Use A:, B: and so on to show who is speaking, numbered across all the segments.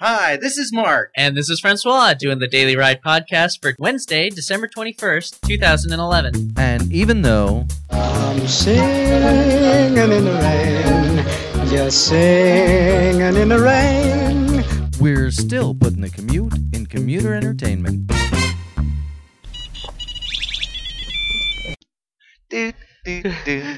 A: Hi, this is Mark.
B: And this is Francois doing the Daily Ride podcast for Wednesday, December 21st, 2011.
C: And even though
D: I'm singing in the rain, just singing in the rain.
C: we're still putting the commute in commuter entertainment.
E: do do do.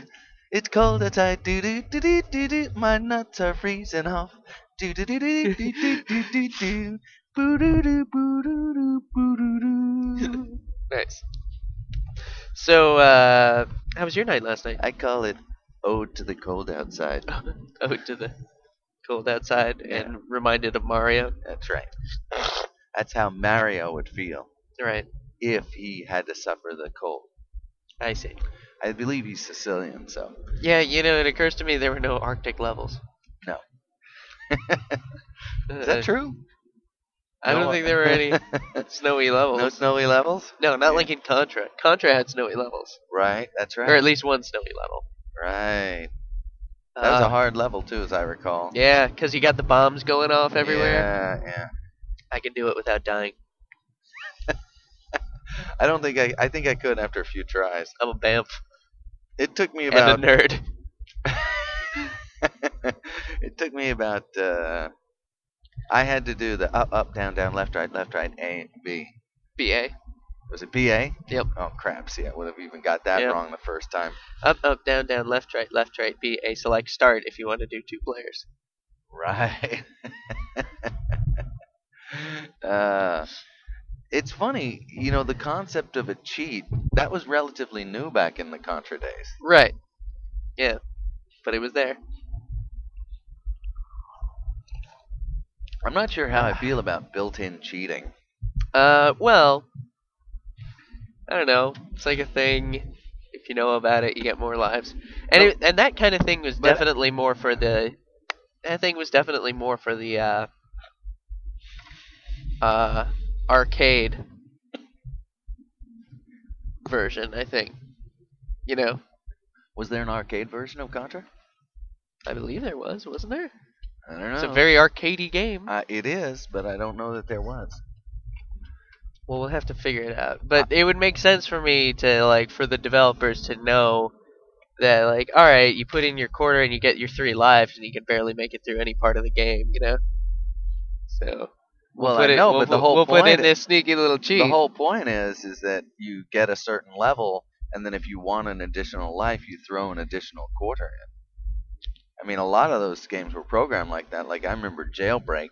E: It's cold outside. Do do do do do do. My nuts are freezing off. Do do do do do do do do do. Boo doo doo boo doo doo boo doo doo.
F: Nice. So, uh, how was your night last night?
E: I call it "Ode to the Cold Outside."
F: Oh, to the cold outside and reminded of Mario.
E: That's right. That's how Mario would feel
F: Right.
E: if he had to suffer the cold.
F: I see.
E: I believe he's Sicilian, so
F: Yeah, you know, it occurs to me there were no Arctic levels.
E: No.
F: Is
E: is that true?
F: Uh, I don't
E: No,
F: think there were any snowy levels.
E: no snowy levels,
F: No, not like in Contra. Contra had snowy levels,
E: right? That's right.
F: or at least one snowy level.
E: right. That was
F: Uh,
E: a hard level too, as I recall.
F: Yeah, because you got the bombs going off everywhere.
E: Yeah, yeah.
F: I can do it without dying.
E: I don't think I. I think I could after a few tries.
F: I'm a bamf
E: It took me about.
F: Oh. and a nerd.
E: it took me about. Uh, I had to do the up, up, down, down, left, right, left, right, A, B.
F: BA.
E: Was it B A?
F: Yep.
E: Oh crap! See, I would have even got that
F: Yep.
E: wrong the first time.
F: Up, up, down, down, left, right, left, right, B, A, select, start if you want to do two players.
E: Right. uh, it's funny, you know, the concept of a cheat that was relatively new back in the Contra days.
F: Right. Yeah. But it was there.
E: I'm not sure how I feel about built-in cheating.
F: Uh, well, I don't know. It's like a thing. If you know about it, you get more lives. And it, and that kind of thing was
E: But-
F: definitely more for the. That thing was definitely more for the uh, uh, arcade version. I think. You know,
E: Was there an arcade version of Contra?
F: I believe there was, wasn't there?
E: I don't know.
F: It's a very arcadey game.
E: uh, it is, but I don't know that there was.
F: Well, we'll have to figure it out. But
E: Ah.
F: it would make sense for me to like for the developers to know that like, all right, you put in your quarter and you get your three lives and you can barely make it through any part of the game, you know. So
E: Well,
F: put
E: I
F: it-
E: know,
F: we'll,
E: but the whole
F: we'll
E: point
F: put in
E: i-
F: this sneaky little cheat.
E: The whole point is is that you get a certain level, and then if you want an additional life, you throw an additional quarter in. I mean, a lot of those games were programmed like that. Like I remember Jailbreak.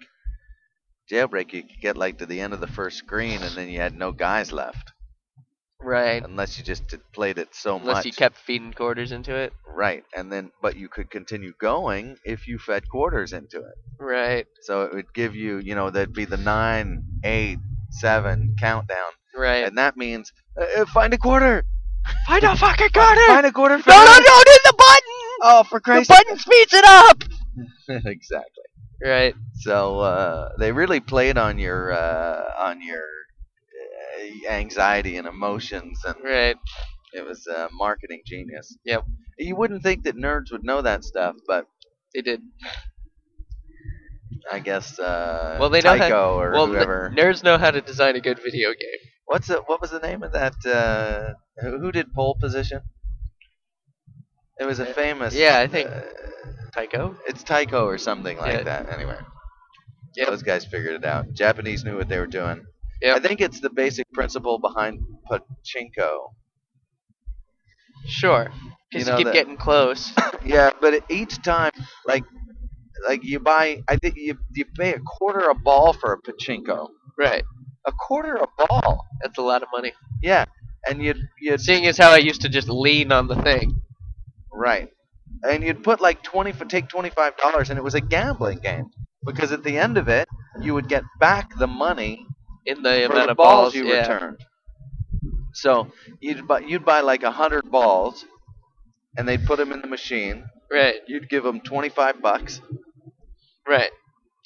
E: Jailbreak, you could get like to the end of the first screen, and then you had no guys left,
F: right?
E: unless you just did- played it so
F: Unless
E: much.
F: you kept feeding quarters into it,
E: right, and then but you could continue going if you fed quarters into it.
F: right?
E: So it would give you, you know, that'd be the nine, eight, seven countdown,
F: Right.
E: and that means uh, uh, find a quarter.
F: Find a fucking quarter!
E: Find a quarter for
F: no, no,
E: me.
F: no! Hit the button!
E: Oh, for
F: The
E: Christ's
F: button speeds it up.
E: exactly.
F: Right.
E: So uh, they really played on your uh, on your uh, anxiety and emotions, and
F: Right.
E: it was uh, marketing genius.
F: Yep.
E: You wouldn't think that nerds would know that stuff, but
F: They did.
E: I guess uh,
F: Well, they know
E: Tyco
F: how-
E: or
F: well, n-
E: whoever.
F: nerds know how to design a good video game.
E: What's the, what was the name of that? Uh, who, who did pole position? It was a
F: Uh,
E: famous.
F: yeah, I think-
E: uh,
F: Tycho.
E: it's Tyco or something like
F: Yeah.
E: that. Anyway,
F: Yep.
E: those guys figured it out. Japanese knew what they were doing.
F: Yep.
E: I think it's the basic principle behind pachinko.
F: Sure.
E: You
F: Because you,
E: know
F: keep
E: that-
F: getting close.
E: Yeah, but it- each time, like, like you buy, I think you you pay a quarter a ball for a pachinko.
F: right.
E: A quarter a ball.
F: That's a lot of money.
E: Yeah, and you you
F: Seeing as how I used to just lean on the thing.
E: Right. And you'd put like twenty for take twenty five dollars, and it was a gambling game because at the end of it, you would get back the money
F: In the
E: for
F: amount
E: the
F: of balls,
E: balls you
F: yeah.
E: returned. So you'd buy you'd buy like a hundred balls, and they'd put them in the machine.
F: Right,
E: You'd give them twenty five bucks.
F: right.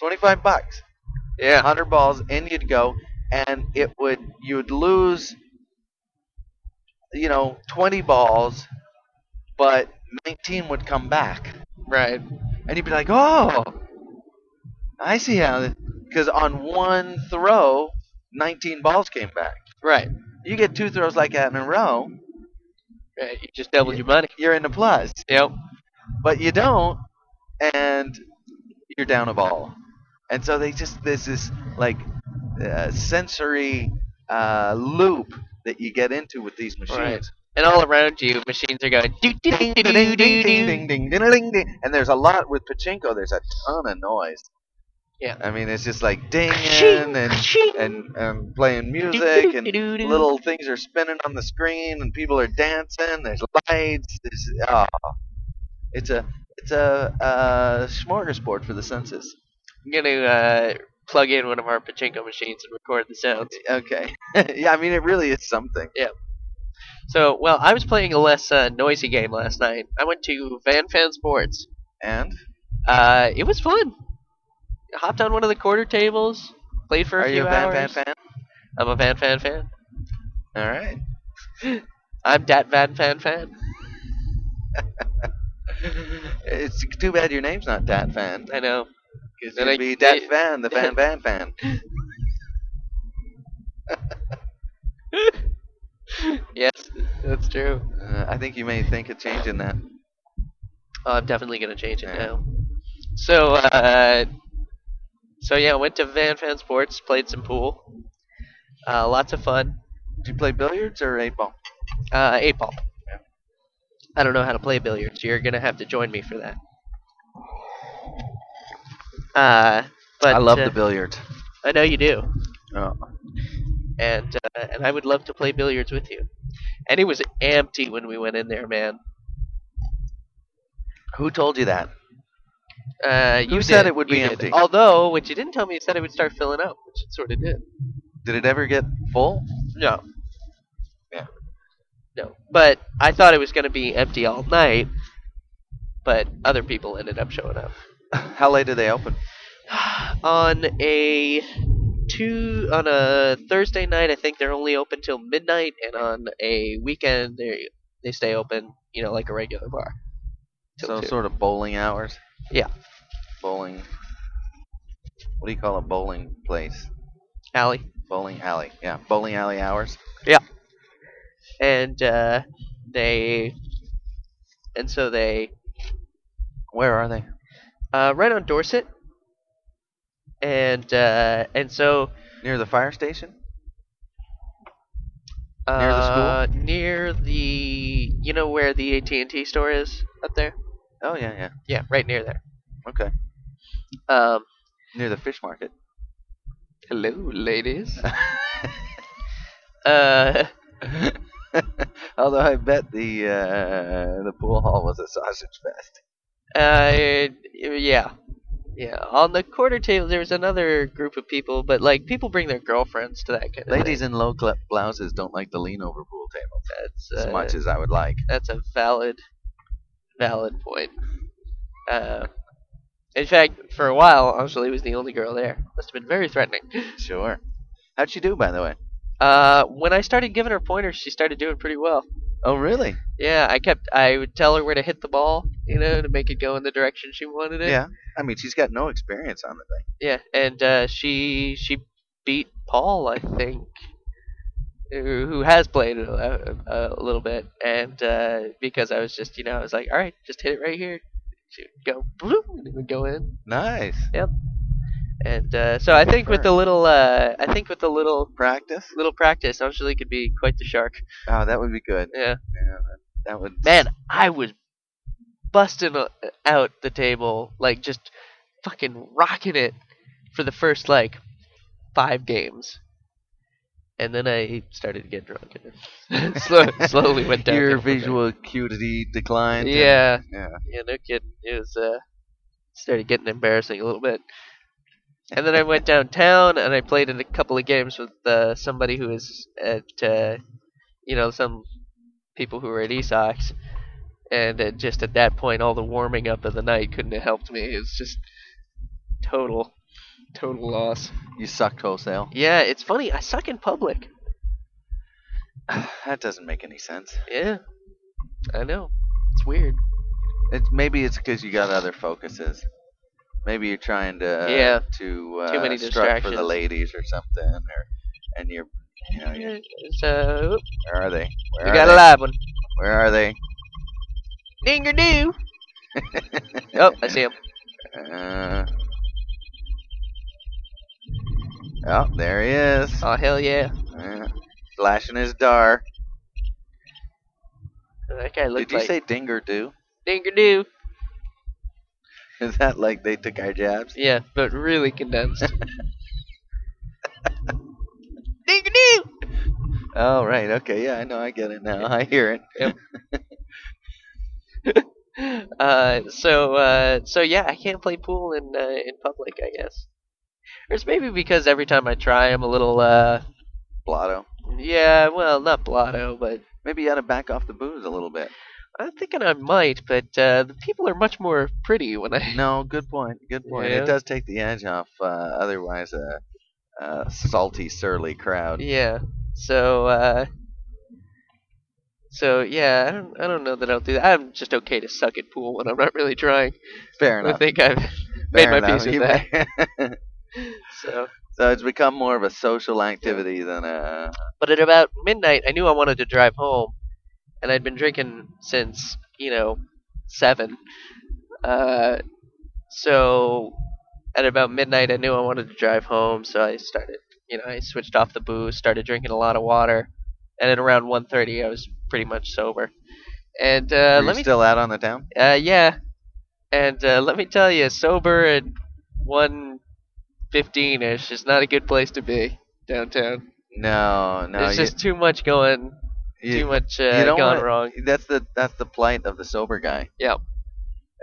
E: Twenty five bucks.
F: Yeah.
E: hundred balls, in you'd go, and it would you would lose, you know, twenty balls, but nineteen would come back.
F: Right.
E: and you'd be like, "Oh, I see how." th- because on one throw, 19 balls came back.
F: Right.
E: You get two throws like that in a row,
F: Right. You just doubled your money.
E: you're in the plus.
F: Yep.
E: But you don't, and you're down a ball. And so they just there's this like uh, sensory uh, loop that you get into with these machines.
F: Right. And all around you, machines are going. Doo, doo,
E: ding,
F: doo, doo,
E: ding, ding, ding,
F: doo, doo,
E: ding,
F: doo.
E: ding, ding, ding, ding. And there's a lot with pachinko. There's a ton of noise.
F: Yeah.
E: I mean, it's just like dinging
F: Ka-ching,
E: and
F: ka-ching.
E: and um, playing music and
F: Doo-doo-doo-doo-doo.
E: little things are spinning on the screen and people are dancing. There's lights. There's oh, it's a it's a uh, smorgasbord for the senses.
F: I'm gonna uh, plug in one of our pachinko machines and record the sounds.
E: Okay, yeah, I mean it really is something.
F: So, well, I was playing a less uh, noisy game last night. I went to Van Fan Sports.
E: And
F: Uh, it was fun. Hopped on one of the quarter tables, played for a
E: are
F: few
E: you a Van
F: hours.
E: Van fan?
F: I'm a Van Fan fan.
E: All right.
F: I'm Dat Van Fan fan.
E: It's too bad your name's not Dat Fan.
F: I know.
E: Because
F: Then
E: it'd
F: I-
E: be Dat
F: they-
E: Van, the Van Van Fan.
F: Yes, that's true.
E: Uh, I think you may think of changing that.
F: Oh, I'm definitely gonna change it
E: Yeah.
F: now. So, uh, so yeah, went to Van Fan Sports, played some pool. Uh, lots of fun.
E: Do you play billiards or eight ball?
F: Uh, eight ball. I don't know how to play billiards. You're gonna have to join me for that. Uh, but
E: I love
F: uh,
E: the billiard.
F: I know you do,
E: Oh.
F: and uh, and I would love to play billiards with you. And it was empty when we went in there, man.
E: Who told you that?
F: Uh,
E: Who
F: you
E: said
F: did,
E: it would be
F: you did.
E: empty?
F: Although what you didn't tell me is that it would start filling up, which it sort of did.
E: Did it ever get full?
F: No.
E: Yeah.
F: No. But I thought it was going to be empty all night, but other people ended up showing up.
E: How late do they open?
F: on a two on a Thursday night, I think they're only open till midnight, and on a weekend they they stay open, you know, like a regular bar. Till
E: So
F: two.
E: sort of bowling hours.
F: Yeah.
E: Bowling. What do you call a bowling place?
F: alley.
E: Bowling alley. Yeah, bowling alley hours.
F: And uh, they and so they
E: Where are they?
F: uh, right on Dorset. And uh, and so
E: Near the fire station? Near the school?
F: uh, near the you know where the AT and T store is up there.
E: Oh yeah, yeah.
F: Yeah, right near there.
E: Okay.
F: Um,
E: Near the fish market.
F: Hello, ladies. uh,
E: Although I bet the uh, the pool hall was a sausage fest.
F: uh, yeah, yeah. On the quarter table, there was another group of people, but like people bring their girlfriends to that kind of
E: Ladies in low cut blouses don't like to lean over pool tables
F: Thing. That's
E: as
F: uh,
E: much as I would like.
F: That's a valid, valid point. Uh, in fact, for a while, Anjali was the only girl there. Must have been very threatening.
E: Sure. How'd she do, by the way?
F: Uh, when I started giving her pointers, she started doing pretty well.
E: Oh, really?
F: Yeah, I kept. I would tell her where to hit the ball, you know, to make it go in the direction she wanted it.
E: Yeah. I mean, she's got no experience on the thing.
F: Yeah, and uh, she she beat Paul, I think, who who has played it a, a, a little bit, and uh, because I was just you know I was like, all right, just hit it right here. She would go, bloop, and it would go in,
E: Nice.
F: and uh, so I think with the little uh, I think with the little
E: Practice?
F: little practice, Angelique could be quite the shark.
E: Oh, that would be good.
F: Yeah,
E: Yeah, that- that would.
F: man, I was busting o- out the table like just fucking rocking it for the first like five games, and then I started to get drunk and slow, slowly went down.
E: Your visual acuity declined. and-
F: yeah,
E: Yeah.
F: yeah, no kidding. It was uh, started getting embarrassing a little bit. And then I went downtown and I played in a couple of games with uh, somebody who was at, uh, you know, some people who were at Esox. And uh, just at that point, all the warming up of the night couldn't have helped me. It was just total, total loss.
E: You sucked wholesale.
F: Yeah, it's funny. I suck in public.
E: that doesn't make any sense.
F: Yeah, I know. It's weird.
E: It's maybe it's because you got other focuses. Maybe you're trying to
F: Yeah.
E: to uh,
F: Too many
E: strut for the
F: distractions.
E: ladies or something, or and you're you know you're,
F: So
E: where are they? Where are
F: we uh, got
E: they?
F: a live one.
E: Where are they?
F: Dinger doo. Oh, I see him.
E: Uh, oh, there he is.
F: Oh hell yeah.
E: Yeah. Flashing his dar.
F: That guy
E: Did
F: looked
E: you
F: like
E: say dinger do?
F: Dinger doo.
E: Is that like they took our jabs?
F: Yeah, but really condensed. Dinger doo.
E: Oh, right. Okay. Yeah, I know. I get it now. I hear it.
F: uh, so uh, so yeah, I can't play pool in uh, in public, I guess. Or it's maybe because every time I try, I'm a little uh,
E: Blotto.
F: yeah, well, not blotto, but
E: Maybe you ought to back off the booze a little bit.
F: I'm thinking I might. But uh, the people are much more pretty when I
E: No, good point. Good point.
F: Yeah.
E: It does take the edge off uh, otherwise a, a salty, surly crowd.
F: yeah. So uh, so yeah, I don't I don't know that I'll do that. I'm just okay to suck at pool when I'm not really trying.
E: Fair
F: I
E: enough.
F: think I've made
E: Fair
F: my
E: enough.
F: peace with
E: You
F: that.
E: may-
F: So.
E: so it's become more of a social activity than a.
F: But at about midnight, I knew I wanted to drive home, and I'd been drinking since you know seven. Uh, so at about midnight, I knew I wanted to drive home, so I started. You know, I switched off the booze, started drinking a lot of water, and at around 1:30, I was pretty much sober. And uh,
E: Were you
F: let me,
E: still out on the town?
F: uh, yeah, and uh, let me tell you, sober at 1:15 ish is not a good place to be downtown.
E: No, no.
F: There's
E: you-
F: just too much going
E: you-
F: too much
E: you
F: uh,
E: don't
F: gone
E: wanna-
F: wrong.
E: That's the that's the plight of the sober guy.
F: Yep.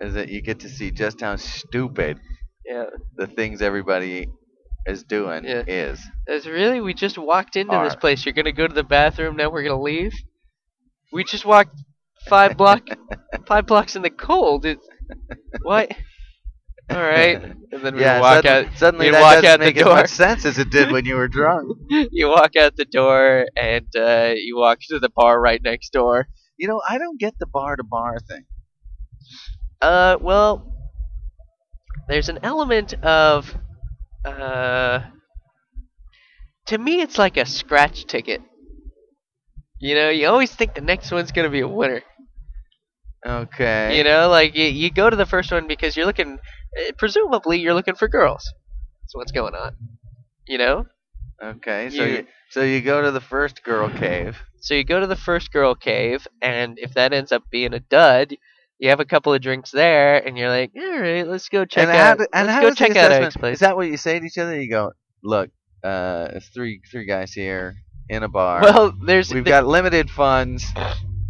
E: Is that you get to see just how stupid
F: Yeah,
E: the things everybody is doing
F: Yeah.
E: is.
F: it's really we just walked into this
E: Are.
F: place. You're gonna go to the bathroom now. We're gonna leave. We just walked five block, five blocks in the cold. It, what? All right, and then we
E: yeah,
F: walk
E: sudden-
F: out.
E: suddenly
F: you
E: that
F: walk
E: doesn't
F: out the
E: make
F: door.
E: as much sense as it did when you were drunk.
F: You walk out the door, and uh, you walk to the bar right next door.
E: You know, I don't get the bar to bar thing.
F: Uh, well, there's an element of, uh, to me, it's like a scratch ticket. You know, you always think the next one's gonna be a winner.
E: Okay.
F: You know, like you, you go to the first one because you're looking, eh, presumably, you're looking for girls. That's what's going on. You know,
E: okay. So
F: you-
E: you so you go to the first girl cave.
F: so you go to the first girl cave, and if that ends up being a dud, you have a couple of drinks there, and you're like, all right, let's go check
E: and
F: out.
E: how do, and
F: let's
E: how
F: go
E: does
F: check
E: the
F: out our
E: assessment-
F: place.
E: Is that what you say to each other? You go, look, uh, it's three three guys here in a bar.
F: well, there's
E: We've
F: the-
E: got limited funds.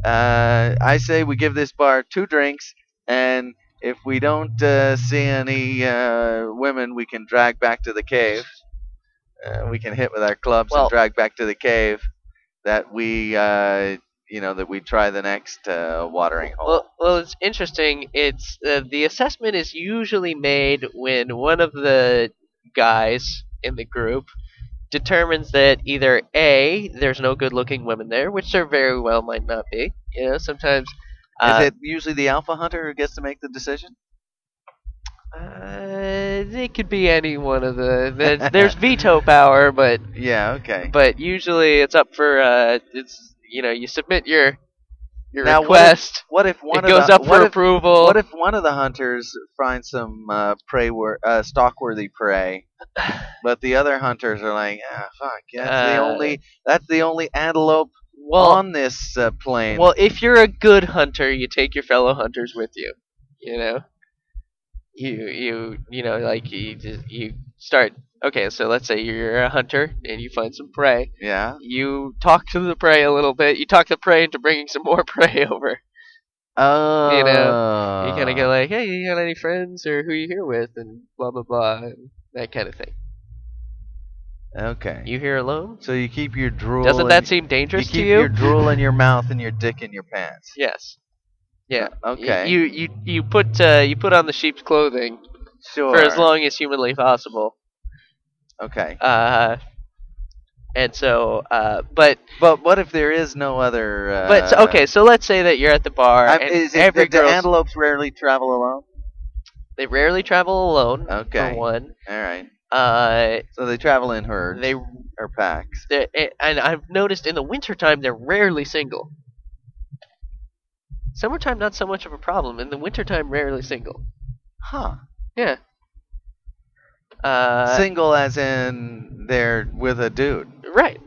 E: Uh, I say we give this bar two drinks, and if we don't uh, see any uh, women, we can drag back to the cave. Uh, we can hit with our clubs
F: Well-
E: and drag back to the cave. That we, uh, you know, that we try the next uh, watering hole.
F: Well, well, it's interesting. It's uh, the assessment is usually made when one of the guys in the group determines that either a there's no good-looking women there, which there very well might not be. You know, sometimes. Uh,
E: Is it usually the alpha hunter who gets to make the decision?
F: Uh, it could be any one of the. There's, there's veto power, but
E: Yeah. Okay.
F: but usually it's up for uh, it's you know you submit your your
E: Now, what if-
F: request.
E: what if one
F: It
E: of
F: goes
E: the,
F: up
E: what
F: for
E: if
F: approval.
E: What if one of the hunters finds some uh, prey wor- uh, stock-worthy prey, but the other hunters are like, ah, fuck, that's the
F: Uh,
E: only that's the only antelope
F: well,
E: on this uh, plane.
F: Well, if you're a good hunter, you take your fellow hunters with you. You know, you you you know, like you just- you start. Okay, so let's say you're a hunter and you find some prey.
E: yeah.
F: You talk to the prey a little bit. You talk the prey into bringing some more prey over.
E: Oh,
F: you kind of go like, "Hey, you got any friends or who you here with?" and blah blah blah, and that kind of thing.
E: Oh, okay.
F: You here alone?
E: so you keep your drool.
F: Doesn't
E: in-
F: that seem
E: you
F: dangerous
E: keep
F: to you?
E: your drool in your mouth and your dick in your pants?
F: yes. Yeah.
E: Uh,
F: Y-
E: okay.
F: You you you put uh, you put on the sheep's clothing
E: sure.
F: for as long as humanly possible.
E: Okay.
F: Uh, and so, uh, but
E: But what if there is no other? Uh,
F: but so- okay. So let's say that you're at the bar
E: I'm-
F: and
E: is it,
F: every
E: do
F: girl
E: antelopes rarely travel alone?
F: They rarely travel alone.
E: Okay.
F: For one,
E: All right.
F: uh,
E: So they travel in herds
F: they
E: or packs.
F: they're- a- and I've noticed in the wintertime they're rarely single. Summertime not so much of a problem. In the wintertime, rarely single.
E: Huh.
F: Yeah. Uh,
E: Single as in they're with a dude.
F: Right.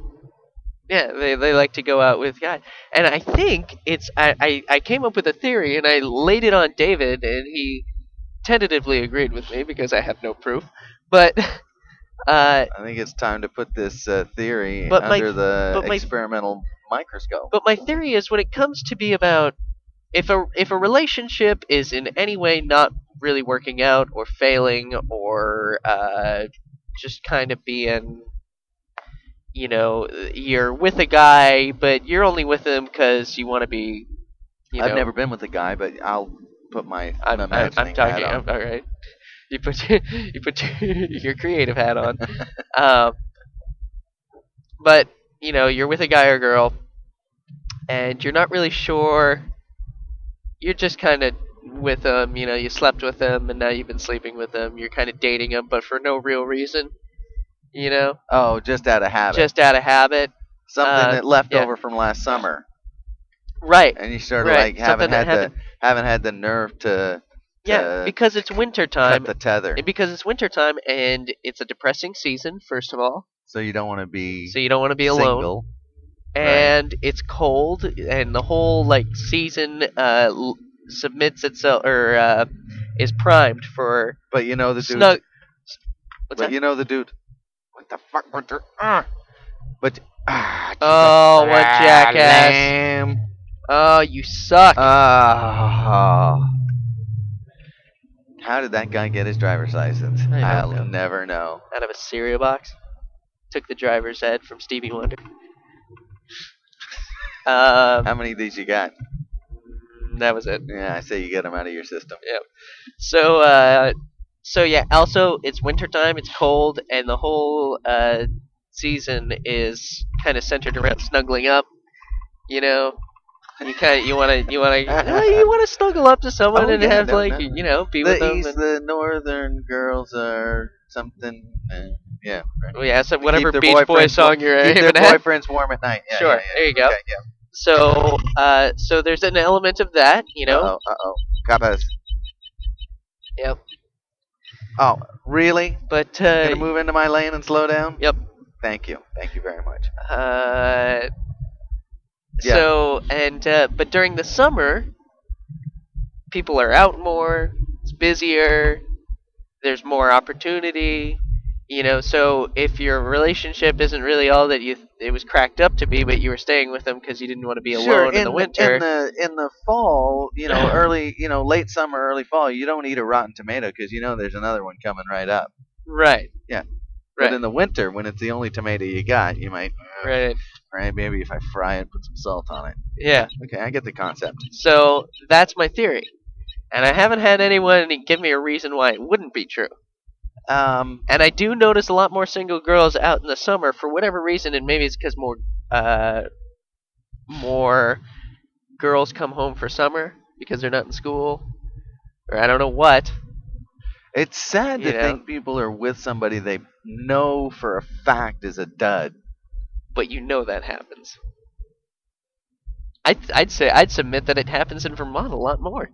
F: Yeah, they, they like to go out with guys. And I think it's I, I, I came up with a theory and I laid it on David and he tentatively agreed with me because I have no proof. But uh
E: I think it's time to put this uh, theory
F: But my-
E: under the
F: but my-
E: experimental microscope.
F: but my theory is when it comes to be about if a if a relationship is in any way not really working out or failing or uh, just kind of being you know you're with a guy but you're only with him because you want to be you
E: I've
F: know,
E: never been with a guy, but I'll put my
F: I'm, I'm, I'm
E: imagining hat
F: talking.
E: on.
F: I'm, all right. You put your, you put your, your creative hat on. um, but you know you're with a guy or girl, and you're not really sure. You're just kind of with them. You know, you slept with them, and now you've been sleeping with them. You're kind of dating them, but for no real reason. You know,
E: Oh, just out of habit.
F: just out of habit.
E: Something
F: uh,
E: that left
F: yeah.
E: over from last summer,
F: Right.
E: and you sort of
F: Right,
E: like haven't
F: something that
E: had the haven't had the nerve to
F: Yeah,
E: uh,
F: because it's winter time.
E: cut the tether.
F: Because it's winter time and it's a depressing season, first of all.
E: So you don't want to be
F: So you don't want to be alone.
E: single.
F: and it's cold, and the whole like season uh, l- submits itself or uh, is primed for
E: But you know the dude.
F: snug.
E: but
F: What's that?
E: you know the dude. What the fuck? What the? ah. But ah, just
F: Oh,
E: a
F: what jackass.
E: lamb.
F: Oh, you suck.
E: Ah. how did that guy get his driver's license?
F: I don't
E: I'll
F: know.
E: never know.
F: Out of a cereal box. Took the driver's head from Stevie Wonder. Um,
E: How many of these you got?
F: that was it.
E: Yeah, I say you get them out of your system.
F: So, uh, so yeah. Also, it's wintertime. It's cold, and the whole uh, season is kind of centered around snuggling up. You know, you kind of you want to you want to you want to snuggle up to someone
E: Oh,
F: and
E: yeah,
F: have
E: no,
F: like
E: no.
F: you know be with
E: The
F: them.
E: East,
F: And,
E: the Northern girls are something. Uh, yeah. right.
F: well, yeah, so
E: keep
F: whatever
E: their
F: Beach Boy
E: boyfriends
F: song you're
E: Keep
F: aiming
E: their
F: at.
E: boyfriends warm at night. Yeah,
F: Sure,
E: yeah, yeah.
F: there you go.
E: Okay, yeah.
F: So, uh, so there's an element of that. You know.
E: Uh oh. Uh oh. Got us.
F: Yep.
E: Oh, really?
F: But
E: Gonna
F: uh,
E: move into my lane and slow down?
F: Yep.
E: Thank you. Thank you very much.
F: Uh,
E: Yeah.
F: So and uh, but during the summer, people are out more. It's busier. There's more opportunity. You know, so if your relationship isn't really all that you it was cracked up to be, but you were staying with them because you didn't want to be alone
E: sure,
F: in, the winter.
E: In the in the fall, you know, early, you know, late summer, early fall, you don't eat a rotten tomato because you know there's another one coming right up.
F: right.
E: Yeah.
F: Right.
E: But in the winter, when it's the only tomato you got, you might, uh,
F: right.
E: right, maybe if I fry it, put some salt on it.
F: Yeah.
E: Okay, I get the concept.
F: So that's my theory, and I haven't had anyone give me a reason why it wouldn't be true.
E: Um,
F: And I do notice a lot more single girls out in the summer for whatever reason, and maybe it's because more, uh, more girls come home for summer because they're not in school, or I don't know what.
E: it's sad to
F: You know.
E: think people are with somebody they know for a fact is a dud.
F: But you know that happens. I'd, I'd say I'd submit that it happens in Vermont a lot more.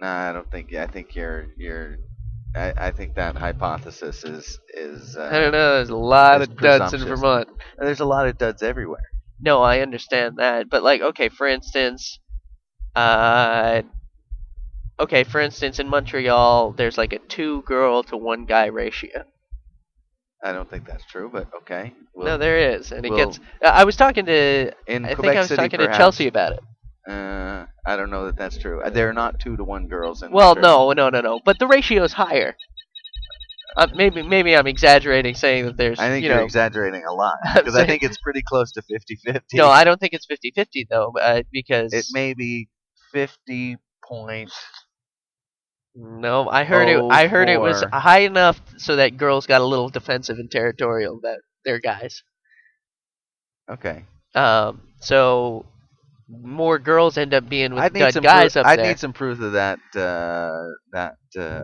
E: Nah, I don't think. I think you're you're. I, I think that hypothesis is is. Uh,
F: I don't know. There's a lot
E: That's
F: of duds in
E: presumptuous.
F: Vermont.
E: There's a lot of duds everywhere.
F: No, I understand that, but like, okay, for instance, uh, okay, for instance, in Montreal, there's like a two girl to one guy ratio.
E: I don't think that's true, but okay. We'll-
F: no, there is, and it
E: well-
F: gets. uh, I was talking to,
E: in
F: I
E: Quebec
F: think I was
E: City,
F: talking
E: perhaps,
F: to Chelsea about it.
E: Uh, I don't know that that's true. Uh, There are not two to one girls in.
F: Well,
E: Montreal.
F: no, no, no, no, but the ratio is higher. Uh, maybe, maybe I'm exaggerating, saying that there's.
E: I think
F: you
E: are
F: know,
E: exaggerating a lot
F: I'm
E: because I
F: saying-
E: think it's pretty close to 50-50.
F: no, I don't think it's 50-50 though, uh, because
E: it may be fifty point.
F: No, I heard
E: Oh,
F: it. I heard it was
E: four.
F: high enough so that girls got a little defensive and territorial about their guys.
E: Okay,
F: Um, so more girls end up being with
E: I need
F: good
E: some
F: guys
E: proof,
F: up
E: I
F: there.
E: need some proof of that. Uh, that uh,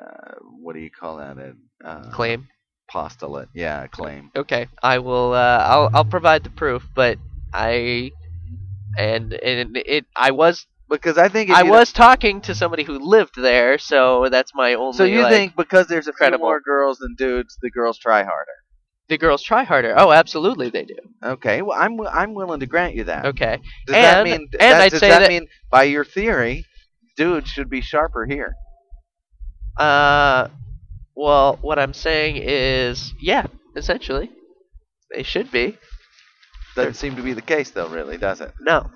E: uh, what do you call that? Ed? Uh,
F: claim.
E: Postulate. Yeah, claim.
F: Okay, I will. Uh, I'll I'll provide the proof, but I and and it. I was
E: Because I think if
F: I
E: you-
F: was talking to somebody who lived there, so that's my only.
E: So you
F: like-
E: think because there's a few
F: credible.
E: more girls than dudes, the girls try harder?
F: the girls try harder? Oh, absolutely they do.
E: Okay, well I'm wi- I'm willing to grant you that.
F: Okay,
E: Does that
F: And-
E: mean
F: and
E: that,
F: I'd
E: does
F: say
E: that,
F: that-
E: mean by your theory, dudes should be sharper here?
F: Uh, well, what I'm saying is, yeah, essentially, they should be.
E: Doesn't seem to be the case though, really, does it?
F: No,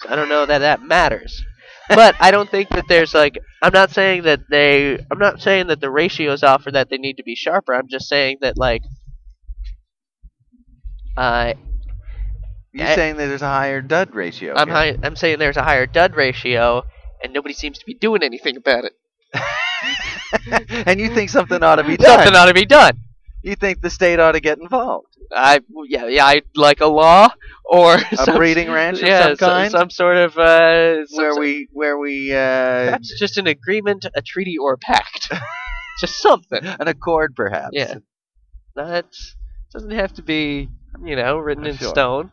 F: so I don't know that that matters. but I don't think that there's like I'm not saying that they I'm not saying that the ratios off or that they need to be sharper. I'm just saying that like uh,
E: You're
F: I-
E: saying that there's a higher dud ratio.
F: Eh. I'm
E: here.
F: high, I'm saying there's a higher dud ratio and nobody seems to be doing anything about it.
E: and you think something ought to be done.
F: Something ought to be done.
E: you think the state ought to get involved.
F: I yeah yeah I like a law or
E: A
F: some
E: breeding ranch of
F: yeah,
E: some kind
F: some sort of uh, some
E: where
F: sort-
E: we where we uh,
F: perhaps just an agreement, a treaty, or a pact, just something.
E: an accord perhaps.
F: Yeah, that doesn't have to be you know written in
E: Sure.
F: stone.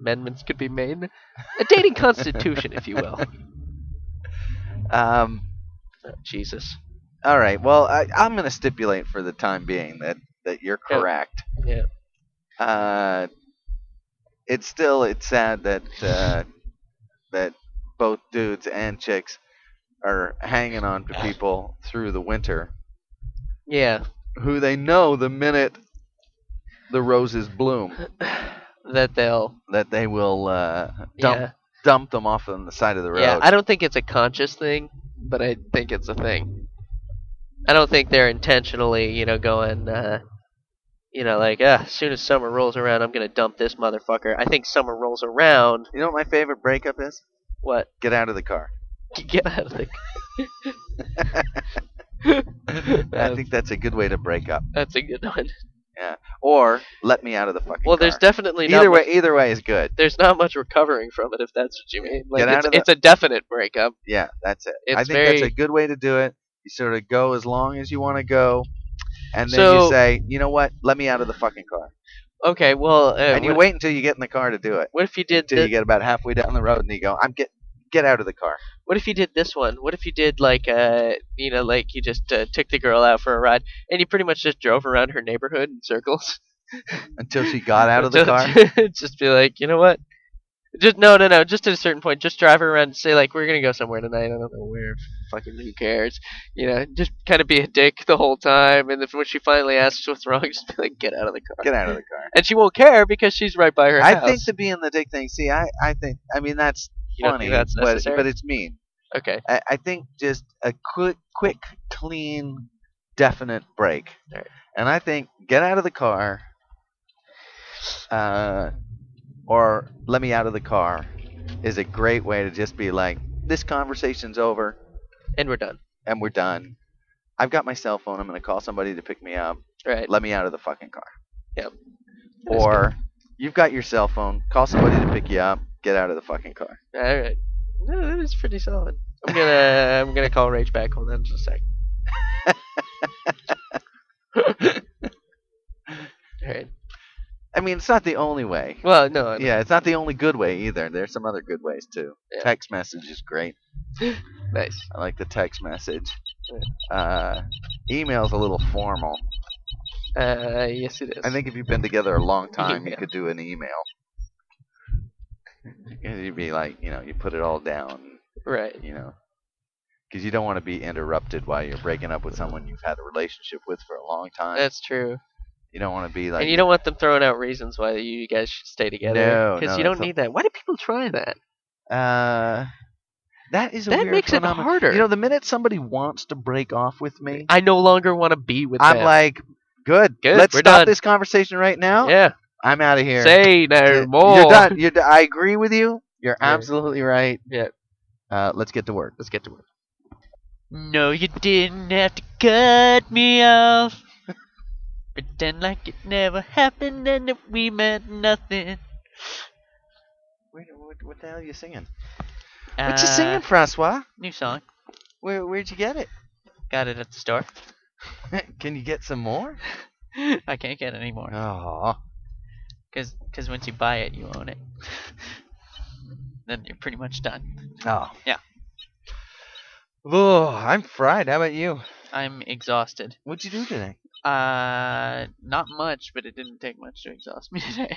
F: Amendments could be made, a dating constitution, if you will.
E: Um
F: Oh, Jesus.
E: all right. Well, I, I'm going to stipulate for the time being that that you're
F: Yeah.
E: correct.
F: Yeah.
E: uh, it's still it's sad that uh, that both dudes and chicks are hanging on to people through the winter
F: Yeah.
E: who they know the minute the roses bloom
F: That they'll.
E: that they will uh, dump
F: Yeah.
E: dump them off on the side of the road.
F: Yeah. I don't think it's a conscious thing, but I think it's a thing. I don't think they're intentionally, you know, going. Uh, you know, like, ah, as soon as summer rolls around, I'm gonna dump this motherfucker. I think summer rolls around.
E: you know what my favorite breakup is?
F: What?
E: Get out of the car.
F: Get out of the.
E: I think that's a good way to break up.
F: That's a good one.
E: Or let me out of the fucking
F: Well, there's
E: car.
F: definitely not
E: either
F: much,
E: way. Either way is good.
F: There's not much recovering from it if that's what you mean. Like
E: Get out
F: it's,
E: of the-
F: it's a definite breakup.
E: Yeah, that's it. I
F: It's
E: think that's
F: very-
E: a good way to do it. You sort of go as long as you want to go, and then you
F: So-
E: say, you know what? Let me out of the fucking car.
F: Okay, well, uh,
E: and you
F: what,
E: wait until you get in the car to do it.
F: What if you did?
E: Until
F: Thi-
E: you get about halfway down the road, and you go, I'm get get out of the car.
F: what if you did this one? What if you did like uh, you know, like you just uh, took the girl out for a ride and you pretty much just drove around her neighborhood in circles
E: Until she got out of the car.
F: just be like, you know what? Just no, no, no. Just at a certain point, just drive her around and say like, we're gonna go somewhere tonight. I don't know where. Fucking who cares? You know, just kind of be a dick the whole time. And if when she finally asks what's wrong, just be like, get out of the car.
E: Get out of the car.
F: And she won't care because she's right by her
E: I
F: house.
E: think the being the dick thing. See, I, I think I mean that's
F: You don't
E: funny,
F: think that's
E: but
F: necessary?
E: but it's mean.
F: okay.
E: I, I think just a quick, quick, clean, definite break.
F: Alright.
E: And I think get out of the car, uh, or let me out of the car, is a great way to just be like, this conversation's over
F: And we're done.
E: and we're done. I've got my cell phone. I'm gonna call somebody to pick me up.
F: Right.
E: Let me out of the fucking car.
F: Yep. That's
E: Or you've got your cell phone. Call somebody to pick you up. Get out of the fucking car.
F: All right. No, that is pretty solid. I'm gonna I'm gonna call Rage back. Hold on just a sec. All right.
E: I mean, it's not the only way.
F: Well, no. I know.
E: Yeah, it's not the only good way either. There's some other good ways too.
F: Yeah.
E: Text message is great.
F: Nice.
E: I like the text message. Uh, email's a little formal.
F: Uh, yes, it is.
E: I think if you've been together a long time, you
F: Yeah.
E: could do an email. You'd be like, you know, you put it all down,
F: right.
E: you know, because you don't want to be interrupted while you're breaking up with someone you've had a relationship with for a long time.
F: That's true.
E: you don't want to be like,
F: and you don't want them throwing out reasons why you guys should stay together.
E: No,
F: because
E: no, that's
F: you don't
E: a-
F: need that. Why do people try that?
E: uh, that is a
F: That
E: weird
F: makes it
E: phenomenon.
F: harder.
E: You know, the minute somebody wants to break off with me,
F: I no longer want to be with
E: I'm
F: them.
E: like, good.
F: Good,
E: Let's
F: we're
E: stop
F: done.
E: this conversation right now.
F: yeah,
E: I'm out of here.
F: say no
E: you're,
F: more.
E: You're done. You're, do- I agree with you. You're
F: Yeah.
E: absolutely right.
F: Yeah.
E: Uh, let's get to work.
F: Let's get to work. No, you didn't have to cut me off. Pretend like it never happened and that we meant nothing. Where, where,
E: What, what the hell are you singing?
F: Uh,
E: what you singing, Francois?
F: New song.
E: Where where'd you get it?
F: Got it at the store.
E: Can you get some more?
F: I can't get any more.
E: Oh,
F: Because cause once you buy it, you own it. then you're pretty much done.
E: oh,
F: Yeah.
E: Oh, I'm fried. How about you?
F: I'm exhausted.
E: What'd you do today?
F: Uh, not much, but it didn't take much to exhaust me today. Uh,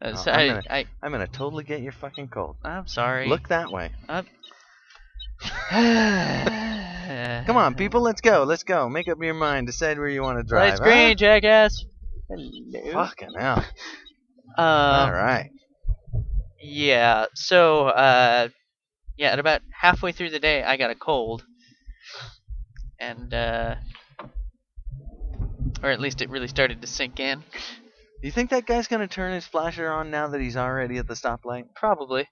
E: Oh,
F: so
E: I'm
F: I,
E: gonna-
F: I,
E: I'm gonna totally get your fucking cold.
F: I'm sorry.
E: Look that way.
F: Come
E: Come on, people. Let's go. Let's go. Make up your mind. Decide where you want to drive.
F: Lights
E: huh?
F: green, jackass. Hello.
E: Fucking hell.
F: Um,
E: All right.
F: Yeah. So, uh, yeah, at about halfway through the day, I got a cold, and uh, or at least it really started to sink in.
E: Do you think that guy's gonna turn his flasher on now that he's already at the stoplight?
F: Probably,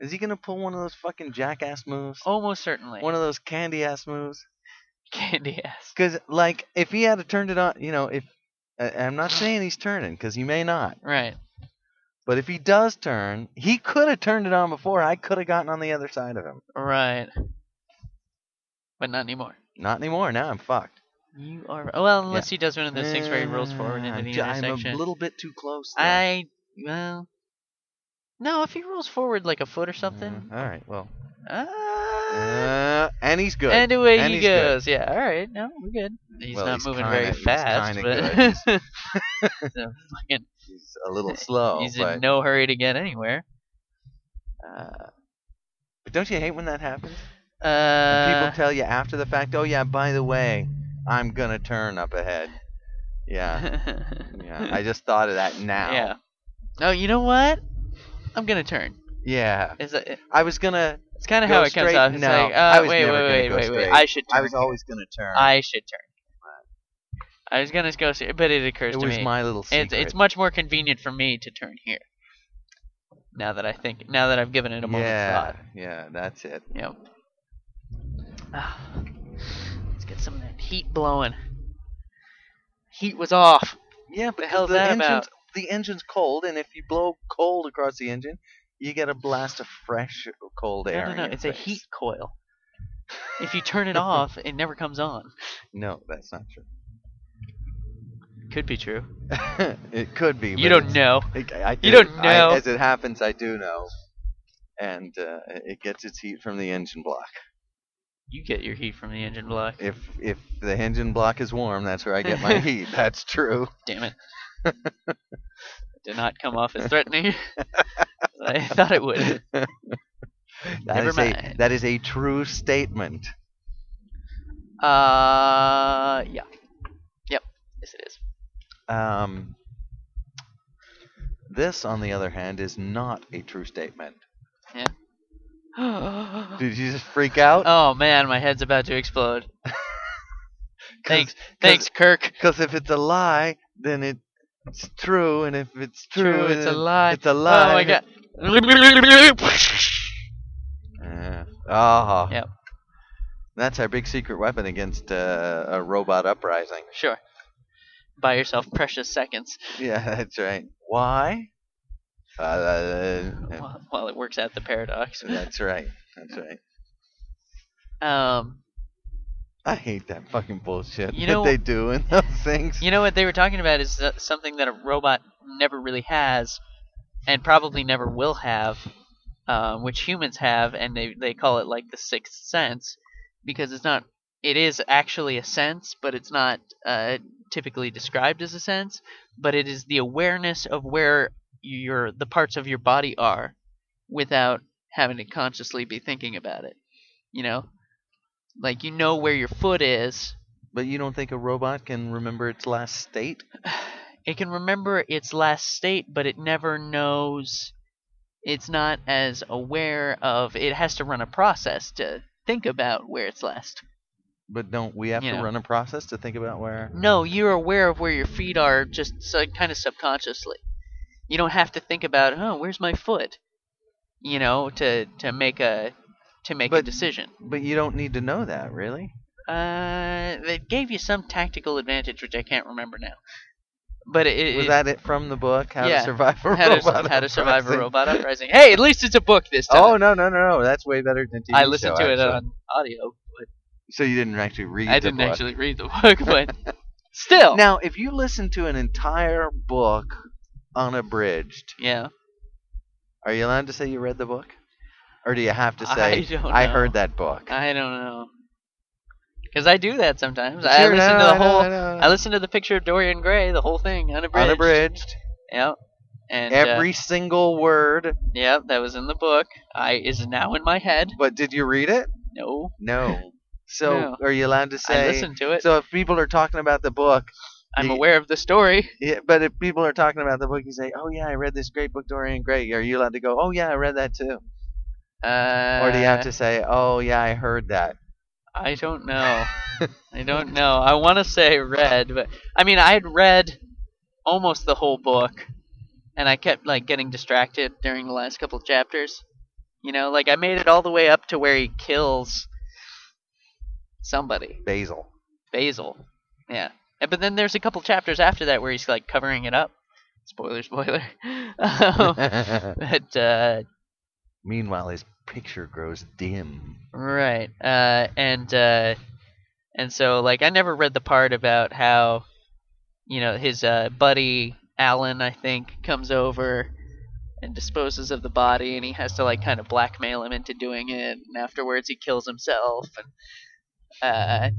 E: Is he gonna pull one of those fucking jackass moves?
F: almost certainly.
E: One of those candy ass moves?
F: candy ass.
E: Because like, if he had to turned it on, you know, if I- I'm not saying he's turning, because he may not.
F: Right.
E: But if he does turn, he could have turned it on before. I could have gotten on the other side of him.
F: Right. But not anymore.
E: Not anymore. Now I'm fucked.
F: You are oh, well, unless he does one of those things where he rolls forward into
E: Uh, I'm
F: the
E: ju-
F: intersection.
E: I'm a little bit too close. there.
F: I well, no. If he rolls forward like a foot or something,
E: Uh, all right. Well.
F: ah,
E: Uh, and he's good.
F: and away
E: and
F: Uh, he
E: he's good.
F: goes. Yeah, all right. No, we're good. He's
E: Well,
F: not
E: he's
F: moving
E: kinda-
F: very
E: he's
F: fast,
E: kinda
F: but so, fucking-
E: He's a little slow.
F: he's
E: but,
F: in no hurry to get anywhere. Uh,
E: but don't you hate when that happens? When
F: uh,
E: People tell you after the fact. Oh yeah. By the way, I'm gonna turn up ahead. Yeah. Yeah. I just thought of that now.
F: Uh, yeah. No, you know what? I'm gonna turn.
E: Yeah.
F: It's a,
E: I was gonna.
F: It's kind of
E: Go
F: how it comes
E: straight?
F: off. It's
E: No,
F: like, uh,
E: I was
F: wait,
E: never
F: wait,
E: gonna
F: wait,
E: go
F: wait, wait.
E: straight.
F: I should turn.
E: I was always gonna turn.
F: I should turn. I was gonna go, straight, but it occurs
E: it
F: to
E: was
F: me.
E: my little secret.
F: it's it's much more convenient for me to turn here. Now that I think, now that I've given it a moment's
E: yeah,
F: thought.
E: yeah, that's it.
F: Yep. Ah, let's get some of that heat blowing. Heat was off.
E: Yeah, but
F: hell's
E: the
F: that
E: engine's
F: about?
E: the engine's cold, and if you blow cold across the engine, you get a blast of fresh cold
F: No,
E: air.
F: no,
E: in
F: no.
E: your
F: It's a
E: face.
F: heat coil. If you turn it off, it never comes on.
E: No, that's not true.
F: Could be true.
E: it could be.
F: You
E: but
F: don't
E: it's-
F: know.
E: it- I, I
F: You
E: do.
F: don't
E: I-
F: know.
E: as it happens, I do know, and uh, it gets its heat from the engine block.
F: You get your heat from the engine block.
E: If if the engine block is warm, that's where I get my heat. That's true.
F: Damn it. Did not come off as threatening. I thought it would.
E: That
F: Never
E: is a-
F: mind.
E: that is a true statement.
F: Uh, yeah. Yep. Yes, it is.
E: Um, this, on the other hand, is not a true statement. Did you just freak out?
F: oh man, my head's about to explode.
E: 'Cause-
F: Thanks, thanks, Kirk.
E: Because if it's a lie, then it- it's true, and if it's true,
F: True, it's a
E: then
F: lie.
E: It's a lie.
F: Oh my god.
E: Yeah. Ah.
F: Yep.
E: That's our big secret weapon against uh, a robot uprising.
F: sure. Buy yourself precious seconds
E: Yeah, that's right. Why? Uh, uh, uh,
F: while, while it works out the paradox.
E: that's right. That's right.
F: Um,
E: I hate that fucking bullshit
F: You
E: that
F: know-
E: they do in those things.
F: You know what they were talking about is uh, something that a robot never really has, and probably never will have, um, which humans have, and they they call it like the sixth sense, because it's not. It is actually a sense, but it's not uh, typically described as a sense. But it is the awareness of where your the parts of your body are, without having to consciously be thinking about it. You know, like you know where your foot is,
E: But you don't think a robot can remember its last state?
F: it can remember its last state, but it never knows. It's not as aware of. It has to run a process to think about where it's last.
E: But don't we have
F: You
E: to
F: know.
E: run a process to think about where?
F: No, you're aware of where your feet are, just so, kind of subconsciously. You don't have to think about, oh, where's my foot? You know, to to make a to make a
E: But-
F: decision.
E: But you don't need to know that, really.
F: Uh, it gave you some tactical advantage, which I can't remember now. But it, it
E: Was that it from the book? How
F: Yeah.
E: to survive a
F: how
E: robot?
F: to, how to survive a
E: Uprising?
F: robot uprising. Hey, at least it's a book this time.
E: Oh no no no no! That's way better than TV
F: I listened
E: show,
F: to it uh,
E: actually.
F: on audio.
E: So you didn't actually read. the
F: I didn't
E: book.
F: actually read the book, but still.
E: Now, if you listen to an entire book unabridged,
F: yeah.
E: are you allowed to say you read the book, or do you have to
F: I
E: say
F: don't know.
E: heard that book?
F: I don't know. Because I do that sometimes. I
E: Sure,
F: listen
E: no,
F: to the
E: I know,
F: whole.
E: I know.
F: I listen to the picture of Dorian Gray, the whole thing, unabridged.
E: unabridged.
F: Yep. And
E: Every
F: Uh,
E: single word.
F: yep, that was in the book. I is now in my head.
E: But did you read it?
F: No,
E: No. So
F: No.
E: are you allowed to say?
F: I listened to it.
E: So if people are talking about the book,
F: I'm
E: you-
F: aware of the story.
E: Yeah, but if people are talking about the book, you say, "Oh yeah, I read this great book, Dorian Gray." Are you allowed to go, "Oh yeah, I read that too,"
F: Uh,
E: or do you have to say, "Oh yeah, I heard that"?
F: I don't know. I don't know. I want to say read, but I mean, I had read almost the whole book, and I kept like getting distracted during the last couple chapters. You know, like I made it all the way up to where he kills somebody,
E: Basil.
F: Basil. Yeah, and, but then there's a couple chapters after that where he's like covering it up. Spoiler, spoiler. Um, but uh,
E: Meanwhile, his picture grows dim.
F: Right. Uh, and uh, and so like I never read the part about how you know his uh, buddy Alan I think comes over and disposes of the body and he has to like kind of blackmail him into doing it and afterwards he kills himself and uh,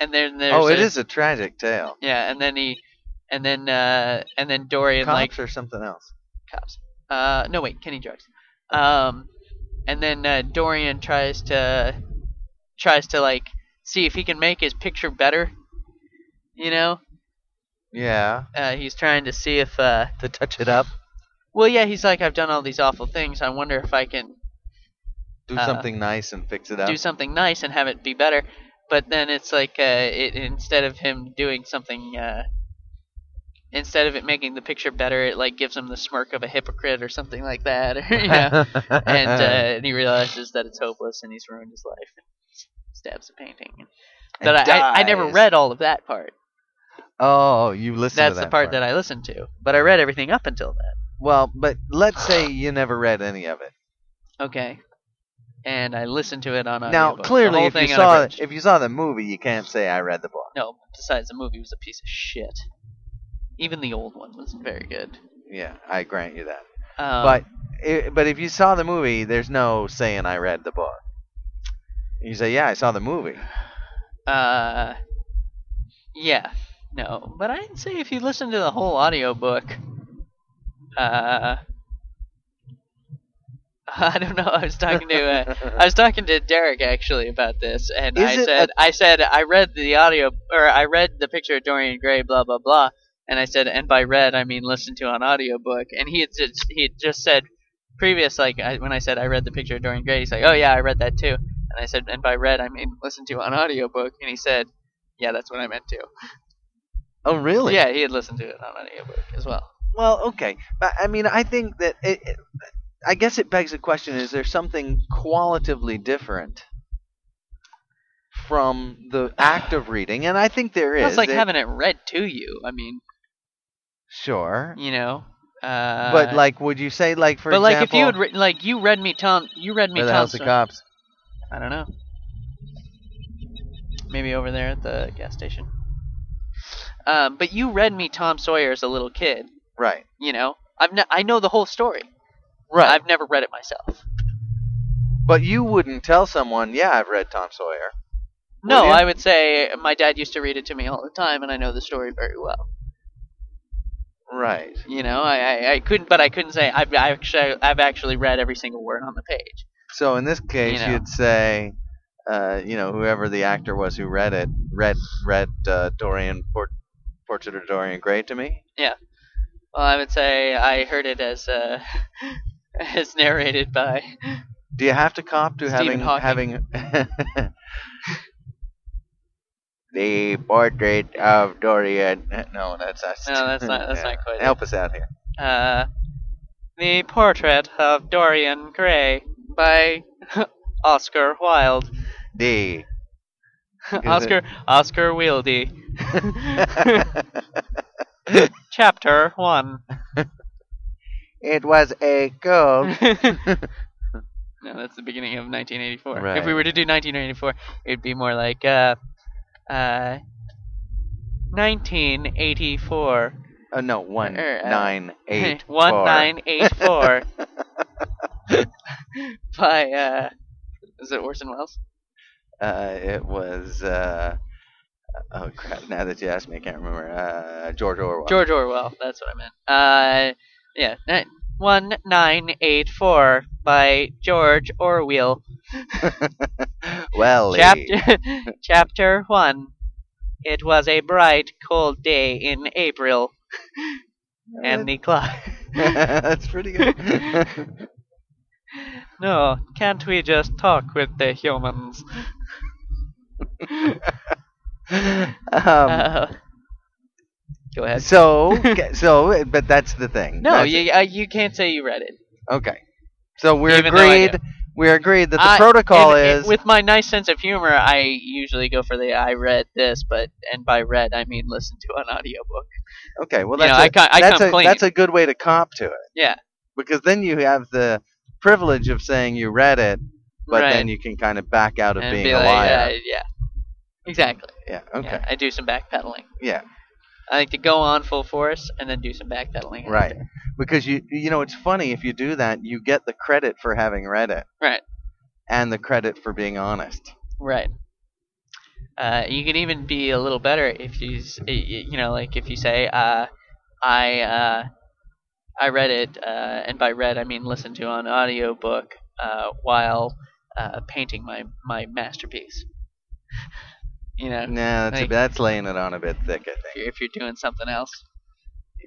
F: and then there's
E: oh, it
F: a-
E: is a tragic tale.
F: yeah and then he and then uh, and then Dorian
E: Cops
F: like
E: or something else.
F: cops. Uh, no, wait, Kenny Drugs. Um, and then uh, Dorian tries to tries to like see if he can make his picture better. You know,
E: Yeah,
F: uh, he's trying to see if. Uh,
E: to touch it up,
F: well, yeah, he's like, I've done all these awful things. I wonder if I can
E: do
F: Uh,
E: something nice and fix it up.
F: do something nice and have it be better. But then it's like uh, it, instead of him doing something, uh, instead of it making the picture better, it like gives him the smirk of a hypocrite or something like that. Or, you know, and, uh, and he realizes that it's hopeless and he's ruined his life and s- stabs the painting.
E: And
F: But I, I, I never
E: dies.
F: read all of that part.
E: Oh, you listened.
F: That's
E: to
F: the part, that I listened to. But I read everything up until that.
E: Well, but let's say you never read any of it.
F: Okay. And I listened to it on audiobook.
E: now,
F: The
E: clearly,
F: whole
E: if you
F: thing
E: saw
F: unabridged.
E: if you saw the movie, you can't say I read the book.
F: No, besides the movie was a piece of shit. Even the old one wasn't very good.
E: Yeah, I grant you that.
F: Um,
E: but i but if you saw the movie, there's no saying I read the book. You say, yeah, I saw the movie.
F: Uh, yeah, no, but I'd say if you listen to the whole audiobook, uh, I don't know. I was talking to uh, I was talking to Derek actually about this, and
E: Is
F: I
E: it
F: said I said I read the audio or I read the picture of Dorian Gray, blah blah blah, and I said, and by read I mean listen to on audiobook, and he had just, he had just said previous like I, when I said I read the picture of Dorian Gray, he's like, oh yeah, I read that too. And I said, and by read, I mean listen to on audiobook. And he said, yeah, that's what I meant to.
E: oh, really?
F: Yeah, he had listened to it on audiobook as well.
E: Well, okay. But, I mean, I think that it, it- I guess it begs the question: Is there something qualitatively different from the act of reading? And I think there is.
F: It's like
E: It-
F: having it read to you. I mean,
E: sure.
F: you know. Mm, Uh,
E: but like, would you say like for
F: but
E: example,
F: like if you had written like you read me Tom, you read me
E: Where the
F: Tom.
E: House of
F: Sawyer-
E: Cops?
F: I don't know. Maybe over there at the gas station. Um, but you read me Tom Sawyer as a little kid.
E: Right.
F: You know, I've ne- I know the whole story.
E: Right.
F: I've never read it myself.
E: But you wouldn't tell someone, yeah, I've read Tom Sawyer.
F: No,
E: Would you?
F: I would say my dad used to read it to me all the time, and I know the story very well.
E: Right.
F: You know, I, I, I couldn't, but I couldn't say I've, I've actually I've actually read every single word on the page.
E: So in this case,
F: You know.
E: would say, uh, you know, whoever the actor was who read it, read read uh, Dorian Port- Portrait of Dorian Gray to me.
F: Well, I would say I heard it as uh, as narrated by
E: Do you have to cop to
F: Stephen
E: having having the portrait of Dorian? eh, No, that's us.
F: No, that's not- that's not quite it.
E: Help us out here.
F: uh, the portrait of Dorian Gray by Oscar Wilde.
E: D.
F: Oscar Oscar Wilde. chapter one.
E: It was a
F: no,
E: gold.
F: that's the beginning of 1984. If we
E: Right.
F: were to do 1984, it'd be more like uh, uh, 1984.
E: Oh no, one
F: Er, uh,
E: nine eight four.
F: 1984 by uh, is it Orson Welles?
E: Uh, it was. Uh, oh crap! Now that you asked me, I can't remember. Uh, George Orwell.
F: George Orwell. That's what I meant. Uh, yeah, ni- 1984 by George Orwell.
E: well,
F: Chapter Chapter One. It was a bright, cold day in April, and the clock.
E: that's pretty good.
F: No, can't we just talk with the humans?
E: um,
F: Uh, go ahead.
E: so, ca- so, but that's the thing.
F: Uh, No,
E: That's
F: you uh, you can't say you read it.
E: Okay. So we
F: Even though I do.
E: agreed. We agreed that the
F: I-
E: protocol
F: and- and
E: is.
F: with my nice sense of humor, I usually go for the I read this, but and by read I mean listen to an audiobook.
E: okay. Well,
F: you
E: that's
F: know,
E: a,
F: I ca- I
E: that's
F: come
E: a
F: clean.
E: that's a good way to cop to it.
F: Yeah.
E: Because then you have the privilege of saying you read it, but
F: right.
E: then you can kind of back out of
F: and
E: being
F: be
E: a
F: like,
E: liar.
F: uh, yeah, exactly.
E: yeah. Okay.
F: Yeah, I do some backpedaling.
E: Yeah.
F: I like to go on full force and then do some backpedaling.
E: Right. Because you you know it's funny if you do that you get the credit for having read it.
F: Right.
E: And the credit for being honest.
F: Right. Uh, you can even be a little better if you, s- y- y- you know, like if you say, uh, I, uh, I read it, uh, and by read I mean listen to an audiobook uh, while uh, painting my my masterpiece. You know,
E: Nah, that's, a,
F: Like-
E: that's laying it on a bit thick, I
F: if you're, if you're doing something else.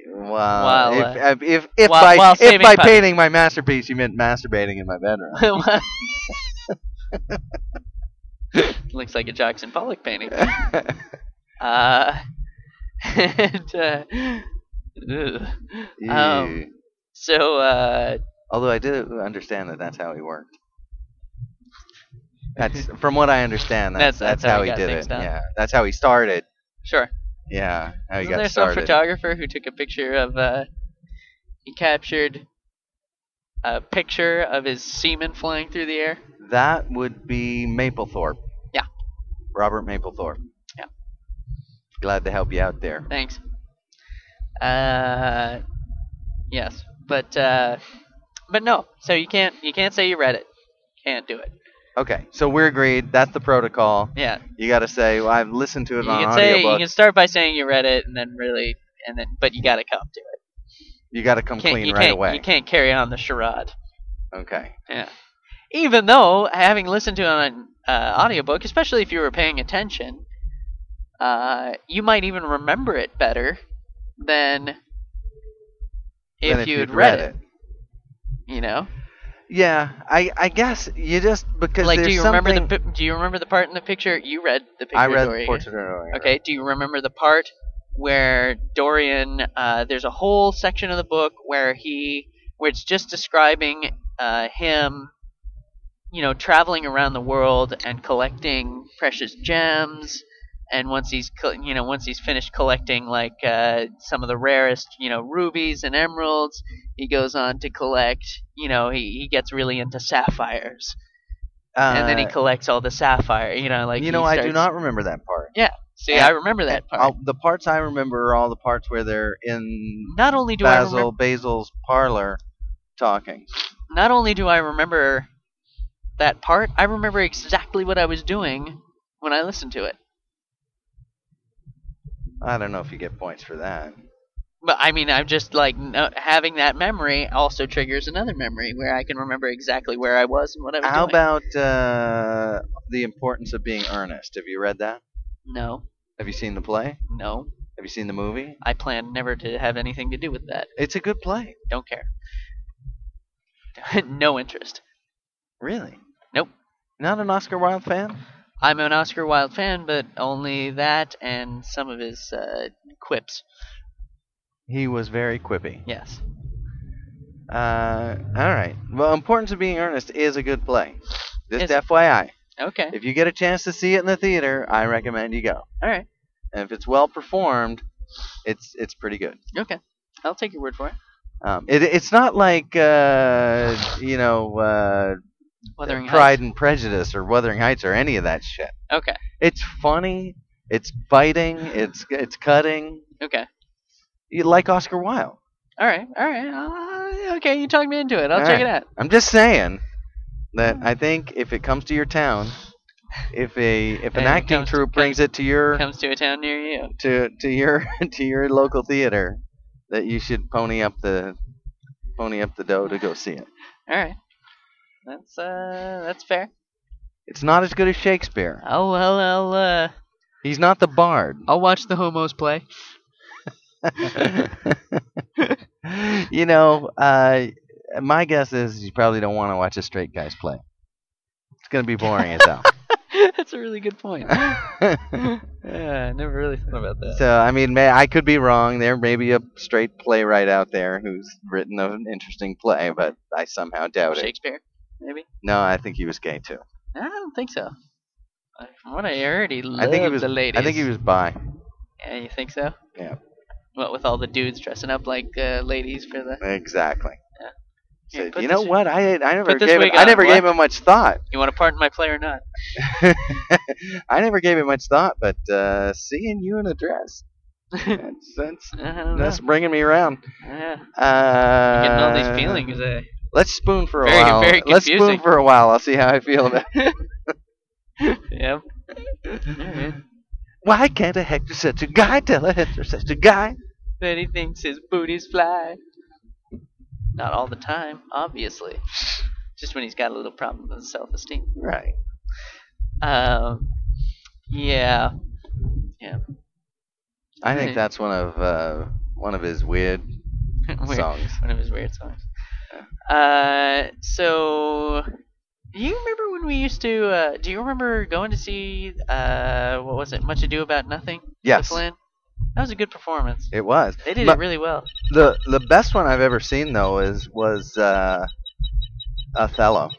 E: think. Well,
F: While,
E: if, uh, if if
F: while-
E: by
F: while
E: if
F: saving
E: by
F: time.
E: painting my masterpiece you meant masturbating in my bedroom.
F: Looks like a Jackson Pollock painting. Uh, and, uh, ugh. Um,
E: Ew.
F: so uh,
E: Although I do understand that that's how he worked. That's from what I understand. That's that's,
F: That's- that's how
E: how
F: he
E: he
F: got
E: did
F: things
E: it.
F: done.
E: Yeah, that's how he started.
F: sure.
E: Yeah, how he
F: Wasn't
E: got
F: there some
E: started.
F: photographer who took a picture of uh he captured a picture of his semen flying through the air?
E: That would be Maplethorpe.
F: Yeah.
E: Robert Maplethorpe.
F: Yeah.
E: Glad to help you out there.
F: Thanks. Uh yes. But uh but no. So you can't you can't say you read it. Can't do it.
E: Okay, so we're agreed. That's the protocol.
F: Yeah.
E: You got to say, well, I've listened to it
F: You
E: on
F: can say you
E: audiobook.
F: can start by saying you read it and then really and then but you gotta come to it.
E: you got to come
F: Can't-
E: clean
F: you
E: right
F: can't,
E: away.
F: You can't carry on the charade.
E: Okay.
F: Yeah. Even though having listened to an uh, audiobook, especially if you were paying attention, uh, you might even remember it better than if,
E: Then
F: you'd, read, it. You know,
E: Yeah, I I guess you just because
F: like do
E: there's
F: you remember
E: something-
F: the pi- do you remember the part in the picture? You read the picture.
E: I read
F: Dorian.
E: Portrait of a Mariner.
F: Okay. Do you remember the part where Dorian? Uh, there's a whole section of the book where he, where it's just describing uh, him, you know, traveling around the world and collecting precious gems. And once he's, co- you know, once he's finished collecting like uh, some of the rarest, you know, rubies and emeralds, he goes on to collect. You know, he, he gets really into sapphires, and then he
E: Uh,
F: collects all the sapphire. You know, like
E: you
F: he
E: know, I do
F: starts-
E: not remember that part.
F: See, I remember that part.
E: Uh, the parts I remember are all the parts where they're in
F: not only do I
E: Basil
F: remember,
E: Basil's parlor talking.
F: not only do I remember that part, I remember exactly what I was doing when I listened to it.
E: I don't know if you get points for that.
F: But I mean, I'm just like no, having that memory also triggers another memory where I can remember exactly where I was and what I was
E: How
F: doing.
E: about uh, the importance of being earnest? Have you read that?
F: no,
E: Have you seen the play?
F: no,
E: Have you seen the movie?
F: I plan never to have anything to do with that.
E: It's a good play.
F: Don't care. no interest.
E: Really?
F: Nope.
E: Not an Oscar Wilde fan?
F: I'm an Oscar Wilde fan, but only that and some of his uh, quips.
E: He was very quippy.
F: Yes.
E: Uh, all right. Well, importance of being earnest is a good play. Just
F: Is it?
E: FYI,
F: Okay.
E: if you get a chance to see it in the theater, I recommend you go.
F: All right.
E: And if it's well performed, It's it's pretty good.
F: Okay, I'll take your word for it.
E: Um, it it's not like uh, you know uh,
F: Wuthering
E: Pride and Prejudice or Wuthering Heights or any of that shit.
F: Heights. Okay,
E: It's funny. It's biting. It's it's cutting.
F: okay,
E: You like Oscar Wilde.
F: all right, all right. Uh, okay, you talked me into it. I'll
E: All
F: check
E: right.
F: it out.
E: I'm just saying that
F: Hmm.
E: I think if it comes to your town, if a if
F: And
E: an
F: it
E: acting
F: comes-
E: troupe brings it to your
F: Comes to a town near you.
E: to to your to your local theater, that you should pony up the pony up the dough to go see it.
F: All right, that's uh, that's fair.
E: It's not as good as Shakespeare.
F: Oh well, I'll uh,
E: He's not the bard.
F: I'll watch the homos play.
E: you know, uh, my guess is you probably don't want to watch a straight guy's play. It's gonna be boring as hell.
F: that's a really good point. Yeah, I never really thought about that.
E: so I mean, may, I could be wrong. There may be a straight playwright out there who's written an interesting play, but I somehow doubt it.
F: Shakespeare, maybe?
E: No, I think he was gay too.
F: I don't think so. Uh, From what I heard, he loved
E: I think he was.
F: the ladies.
E: I think he was bi.
F: Yeah, you think so?
E: Yeah.
F: What with all the dudes dressing up like uh, ladies for the?
E: Exactly.
F: Yeah.
E: So,
F: Here, put
E: you know
F: this-
E: what? I I never
F: put this
E: gave it,
F: wig
E: I
F: on,
E: never
F: what?
E: gave him much thought.
F: You want to pardon my play or not?
E: I never gave it much thought, but uh, seeing you in a dress,
F: I
E: that's that's,
F: don't know.
E: that's bringing me around.
F: Yeah.
E: Uh,
F: Getting all these feelings. Uh,
E: Let's spoon for a
F: Very-
E: while.
F: very
E: Let's spoon
F: confusing.
E: for a while. I'll see how I feel. About
F: yeah. Alright.
E: Why can't a hector such a guy tell a hector such a guy?
F: But he thinks his booties fly. Not all the time, obviously. Just when he's got a little problem with self-esteem.
E: Right.
F: Um. Yeah.
E: I think
F: Right.
E: that's one of uh, one of his weird
F: Weird.
E: songs.
F: One of his weird songs. Uh, so do you remember when we used to? Uh, do you remember going to see uh, what was it? Much Ado About Nothing.
E: Yes,
F: Cliff Lynn? That was a good performance.
E: it was.
F: They did
E: Mu-
F: it really well.
E: the the best one I've ever seen though is was uh, Othello.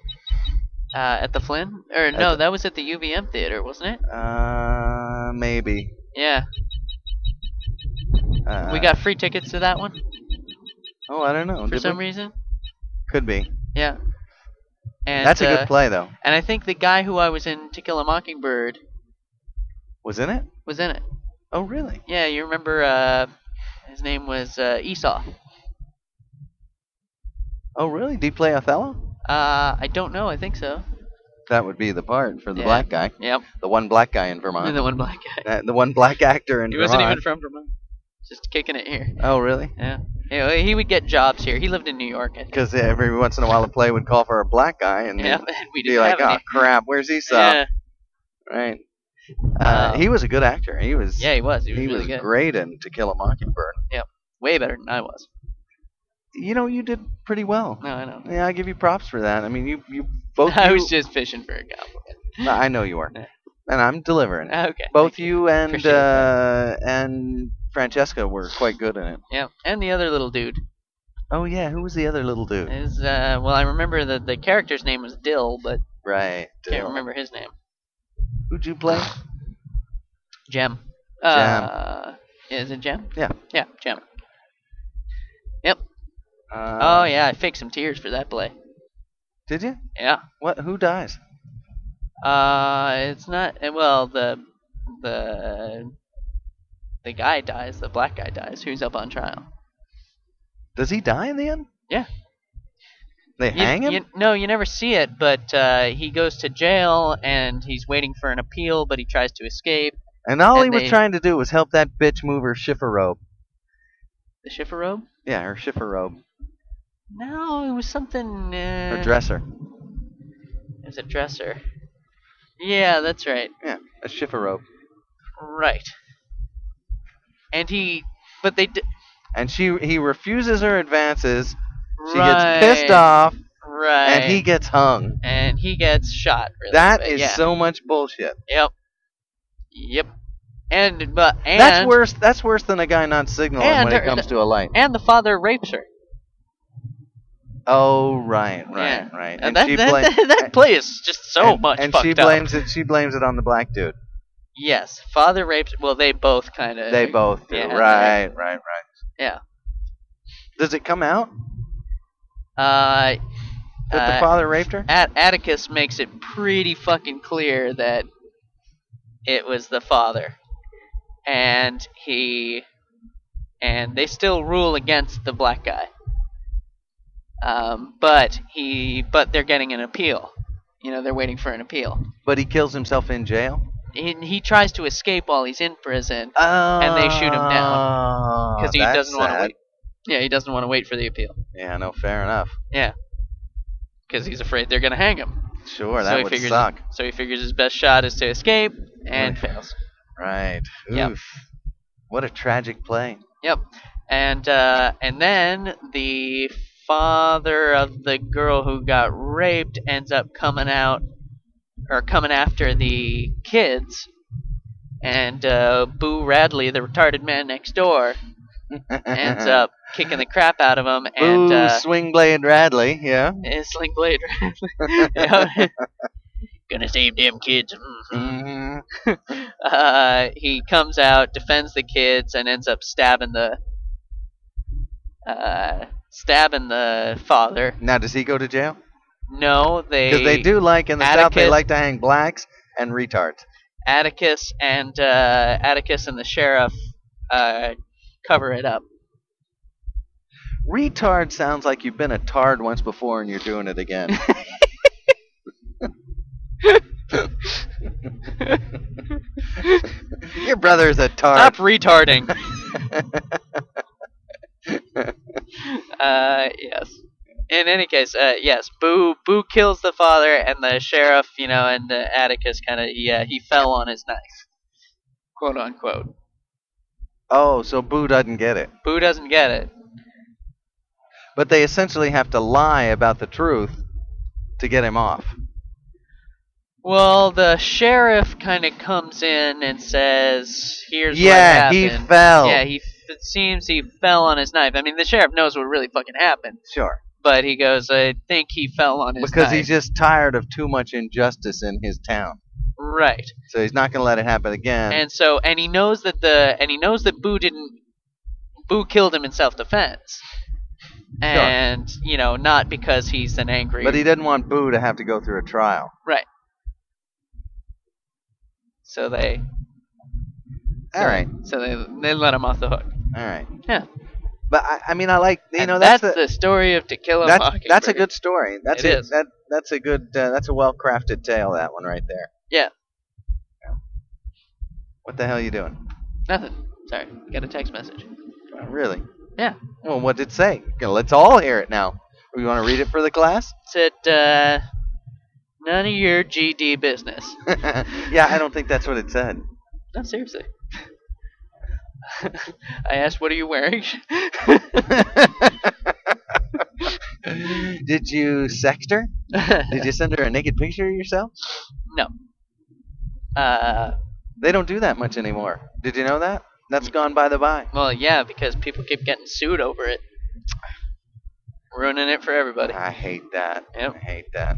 F: Uh, at the Flynn, or
E: At
F: no,
E: the-
F: that was at the UVM theater, wasn't it?
E: Uh, maybe.
F: Yeah,
E: Uh,
F: we got free tickets to that one
E: Oh, I don't know.
F: for
E: Did
F: some
E: we?
F: reason.
E: Could be.
F: Yeah, and
E: That's a
F: uh,
E: good play though.
F: And I think the guy who I was in To Kill a Mockingbird
E: Was in it?
F: was in it.
E: Oh, really?
F: Yeah, you remember uh, his name was uh, Esau.
E: Oh, really? Did he play Othello?
F: Uh, I don't know. I think so.
E: That would be the part for the
F: Yeah.
E: black guy,
F: Yep.
E: the one black guy in Vermont,
F: The one black guy.
E: Uh, the one black actor in
F: He
E: Vermont.
F: wasn't even from Vermont. Just kicking it here.
E: oh, really?
F: Yeah. Yeah. well, He would get jobs here. He lived in New York. I think.
E: Because every once in a while, a play would call for a black guy, and
F: Yeah.
E: they'd
F: And we
E: be
F: didn't
E: like,
F: have
E: "Oh
F: any.
E: crap, where's Esau?"
F: Yeah.
E: Right. Uh,
F: Um,
E: he was a good actor. He was.
F: Yeah, he was. He was really good.
E: great in To Kill a Mockingbird.
F: Way better than I was.
E: You know, you did pretty well.
F: No, I know.
E: Yeah, I give you props for that. I mean, you you both.
F: I
E: you-
F: was just fishing for a compliment.
E: No, I know you were,
F: Yeah.
E: and I'm delivering. it.
F: Okay.
E: Both you and
F: Appreciate it.
E: uh, and Francesca were quite good in it.
F: Yeah. And the other little dude
E: Oh yeah, who was the other little dude?
F: is uh well I remember that the character's name was Dill, but
E: Right.
F: can't
E: Dylan.
F: remember his name.
E: Who'd you play?
F: Gem. Uh, is it Gem?
E: Yeah.
F: Yeah, Gem.
E: Uh,
F: oh yeah, I faked some tears for that play.
E: Did you?
F: Yeah.
E: What? Who dies?
F: Uh, it's not. eh, Well, the the the guy dies. The black guy dies. Who's up on trial?
E: Does he die in the end?
F: Yeah.
E: They
F: You-
E: hang him.
F: you- no, you never see it, but uh, he goes to jail and he's waiting for an appeal, but he tries to escape.
E: and all he
F: and
E: was
F: they-
E: trying to do was help that bitch move her shiffer robe.
F: The shiffer robe?
E: Yeah, her shiffer robe,
F: No, it was something. Uh,
E: her dresser.
F: It was a dresser. Yeah, that's right.
E: Yeah, a shiffer robe.
F: Right. And he, but they did.
E: And she, he refuses her advances. She
F: right,
E: gets pissed off,
F: Right.
E: and he gets hung.
F: and he gets shot. Really,
E: That
F: but
E: is
F: yeah.
E: so much bullshit.
F: Yep. Yep. And but and
E: that's worse. That's worse than a guy not signaling
F: And
E: when it
F: her-
E: comes to a light.
F: and the father rapes her.
E: Oh right, right,
F: Yeah.
E: right.
F: And, that, that,
E: bla-
F: that, that play is just so
E: and,
F: much
E: And
F: fucked
E: she
F: up.
E: blames it. She blames it on the black dude.
F: Yes, father rapes. Well, they both kind of.
E: They both do.
F: Yeah.
E: Right, right, right.
F: Yeah.
E: Does it come out
F: Uh,
E: that the
F: Uh,
E: father raped her?
F: At- Atticus makes it pretty fucking clear that it was the father, and he, and they still rule against the black guy. Um, but he, but they're getting an appeal. You know, they're waiting for an appeal.
E: But he kills himself in jail.
F: And he tries to escape while he's in prison
E: Oh,
F: they shoot him down because he doesn't want to
E: wait.
F: wait. Yeah, he doesn't want to wait for the appeal
E: Yeah, no, fair enough.
F: because he's afraid they're gonna hang him.
E: Sure,
F: so
E: that
F: he
E: would
F: figures
E: suck.
F: So he figures his best shot is to escape and
E: Really?
F: fails.
E: Right. Oof.
F: Yep.
E: What a tragic play.
F: Yep. And uh, and then the father of the girl who got raped ends up coming out or coming after the kids. And uh, Boo Radley, the retarded man next door, ends up kicking the crap out of him. uh, And
E: Ooh,
F: uh,
E: swing blade Radley. Yeah.
F: it's Sling Blade Radley. Yeah. Gonna save them kids. mhm.
E: Mhm.
F: Uh, he comes out, defends the kids, and ends up stabbing the uh, stabbing the father.
E: Now, does he go to jail?
F: No, they
E: Because they do like in the south, they
F: Atticus-
E: like to hang blacks and retards.
F: Atticus and uh, Atticus and the sheriff uh, cover it up.
E: Retard sounds like you've been a tard once before and you're doing it again. Your brother's a tard.
F: Stop retarding. uh, yes. In any case, uh, yes. Boo, Boo kills the father and the sheriff. You know, and uh, Atticus kind of yeah, he fell on his knife, quote unquote.
E: Oh, so Boo doesn't get it.
F: Boo doesn't get it.
E: But they essentially have to lie about the truth to get him off.
F: Well, the sheriff kind of comes in and says, "Here's
E: yeah,
F: what
E: he
F: happened."
E: fell.
F: Yeah, he. f- It seems he fell on his knife. I mean, the sheriff knows what really fucking happened,
E: sure.
F: but he goes, "I think he fell on his
E: Because
F: knife."
E: he's just tired of too much injustice in his town.
F: right.
E: So he's not going to let it happen again.
F: And so, and he knows that the and he knows that Boo didn't. Boo killed him in self-defense, and you know, not because he's an angry.
E: but he didn't want Boo to have to go through a trial.
F: right. So they.
E: All right.
F: So they they let him off the hook.
E: All right.
F: Yeah.
E: But I, I mean, I like you
F: And
E: know that's
F: that's
E: a,
F: the story of To Kill a
E: that's,
F: Mockingbird.
E: that's a good story. That's
F: It
E: a,
F: is.
E: that that's a good uh, that's a well crafted tale. That one right there.
F: Yeah.
E: What the hell are you doing?
F: nothing. Sorry, got a text message.
E: Uh, Really?
F: Yeah.
E: Well, what did it say? Okay, Let's all hear it now. We want to read it for the class?
F: Said uh, none of your GD business.
E: yeah, I don't think that's what it said.
F: No, seriously. I asked, "What are you wearing?"
E: Did you sext her? Did you send her a naked picture of yourself?
F: no. Uh,
E: They don't do that much anymore. Did you know that? That's gone by the by.
F: well, yeah, because people keep getting sued over it, ruining it for everybody.
E: I hate that.
F: Yep.
E: I hate that.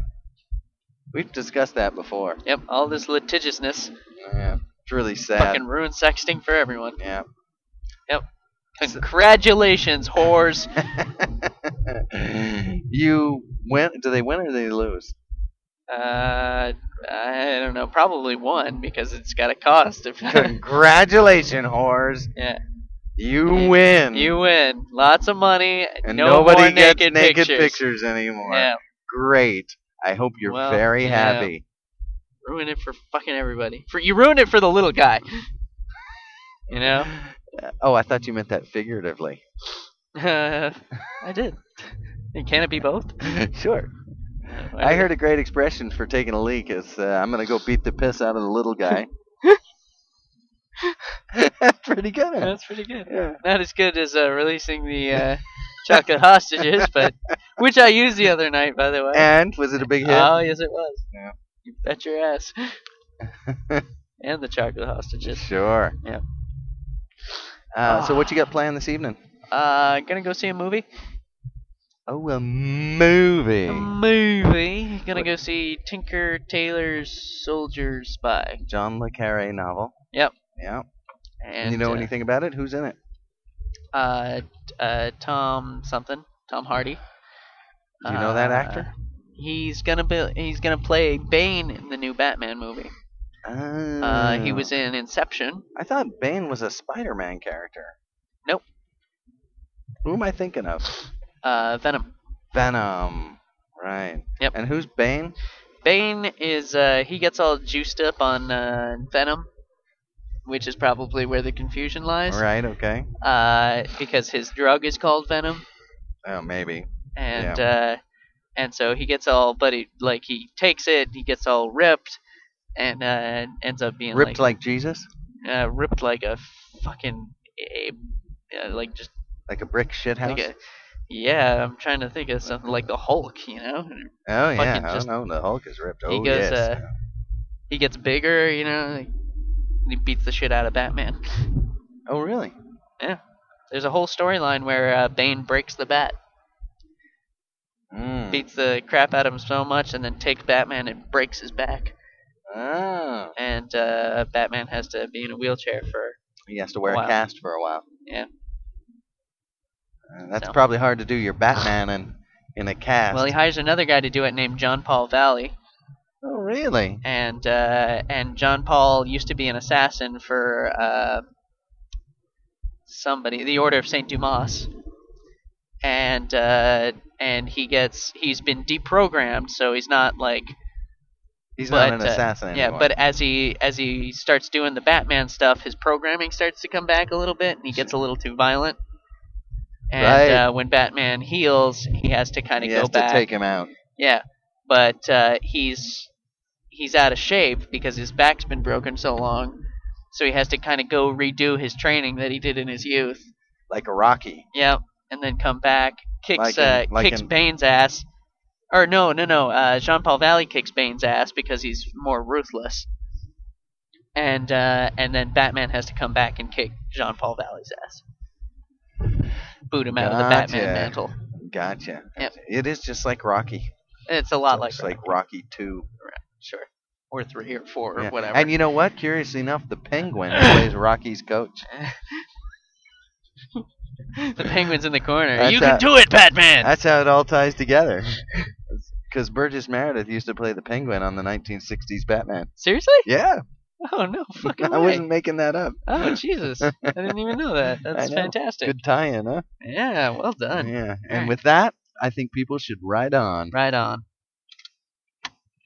E: We've discussed that before.
F: Yep, all this litigiousness
E: Yeah. It's really sad.
F: fucking ruins sexting for everyone.
E: yeah.
F: Congratulations, whores.
E: you win. Do they win or do they lose?
F: Uh, I don't know. Probably one because it's got a cost. If
E: Congratulations, whores.
F: yeah,
E: You win.
F: you win lots of money.
E: and
F: no more
E: nobody gets
F: naked,
E: naked
F: pictures.
E: anymore.
F: Yeah,
E: Great. I hope you're
F: Well,
E: very
F: yeah.
E: happy.
F: ruin it for fucking everybody. For you ruined it for the little guy. You know.
E: Uh, Oh, I thought you meant that figuratively.
F: Uh, I did. And Can it be both?
E: sure. I heard a great expression for taking a leak is uh, I'm going to go beat the piss out of the little guy. That's pretty good. huh?
F: That's pretty good.
E: Yeah.
F: Not as good as uh, releasing the uh, chocolate hostages, but which I used the other night, by the way.
E: And was it a big hit?
F: Oh yes, it was.
E: Yeah.
F: You bet your ass. and the chocolate hostages.
E: sure.
F: Yeah.
E: Uh, So what you got planned this evening?
F: Uh, gonna go see a movie.
E: Oh, a movie.
F: A movie. Gonna
E: What-
F: go see Tinker Tailor's Soldier Spy.
E: John Le Carre novel.
F: Yep.
E: Yeah.
F: And
E: And you know
F: uh,
E: anything about it? Who's in it?
F: Uh, uh, Tom something. Tom Hardy.
E: Do you know that actor?
F: Uh, He's gonna be. He's gonna play Bane in the new Batman movie. Uh, he
E: Oh.
F: was in Inception.
E: I thought Bane was a Spider-Man character.
F: Nope.
E: Who am I thinking of?
F: Uh, Venom.
E: Venom. Right.
F: Yep.
E: And who's Bane?
F: Bane is. Uh, he gets all juiced up on uh, Venom, which is probably where the confusion lies.
E: Right. Okay.
F: Uh, because his drug is called Venom.
E: Oh, maybe.
F: and uh, and so he gets all but he like he takes it, he gets all ripped, and uh, ends up being
E: Ripped like Jesus,
F: uh, ripped like a fucking a, uh, like just
E: like a brick shit house.
F: like a yeah. I'm trying to think of something like the Hulk, you know.
E: oh yeah.
F: fucking
E: Oh
F: just-
E: no, the Hulk is ripped.
F: He
E: Oh yes.
F: goes, uh, He gets bigger, you know. Like, and he beats the shit out of Batman.
E: oh really?
F: There's a whole storyline where uh, Bane breaks the bat,
E: Mm.
F: beats the crap out of him so much, and then takes Batman and breaks his back.
E: Oh.
F: And uh, Batman has to be in a wheelchair for
E: He has to wear
F: Wow.
E: a cast for a while.
F: Yeah.
E: Uh, that's
F: So.
E: probably hard to do your Batman in in a cast.
F: Well, he hires another guy to do it named John Paul Valley,
E: oh really?
F: and uh, and John Paul used to be an assassin for uh, somebody, the Order of Saint Dumas, and uh, and he gets he's been deprogrammed, so he's not like
E: He's
F: but,
E: not an
F: uh,
E: assassin
F: yeah.
E: anymore.
F: But as he as he starts doing the Batman stuff, his programming starts to come back a little bit, and he gets a little too violent. And
E: Right.
F: uh, when Batman heals, he has to kind of
E: he
F: go
E: has
F: back.
E: to take him out.
F: Yeah, but uh, he's he's out of shape because his back's been broken so long, so he has to kind of go redo his training that he did in his youth.
E: like a Rocky.
F: Yeah, and then come back, kicks
E: Like
F: uh,
E: in- like
F: kicks
E: in-
F: Bane's ass. Or no, no, no. Uh, Jean Paul Valley kicks Bane's ass because he's more ruthless. And uh, and then Batman has to come back and kick Jean Paul Valley's ass. Boot him out of the Batman
E: Gotcha.
F: mantle.
E: Gotcha.
F: Yep.
E: It is just like Rocky.
F: It's a lot like,
E: It's
F: like
E: like Rocky Two.
F: sure, or three or four or
E: Yeah.
F: whatever.
E: And you know what? Curiously enough, the Penguin plays Rocky's coach.
F: the penguin's in the corner.
E: That's
F: you can
E: how-
F: do it, Batman.
E: That's how it all ties together. Because Burgess Meredith used to play the Penguin on the 1960s Batman.
F: Seriously?
E: Yeah,
F: Oh no, fucking
E: I
F: way.
E: wasn't making that up.
F: Oh Jesus, I didn't even know that. That's
E: know.
F: fantastic.
E: Good tie-in, huh?
F: Yeah, well done.
E: Yeah. And
F: Alright.
E: with that, I think people should ride on.
F: Right on.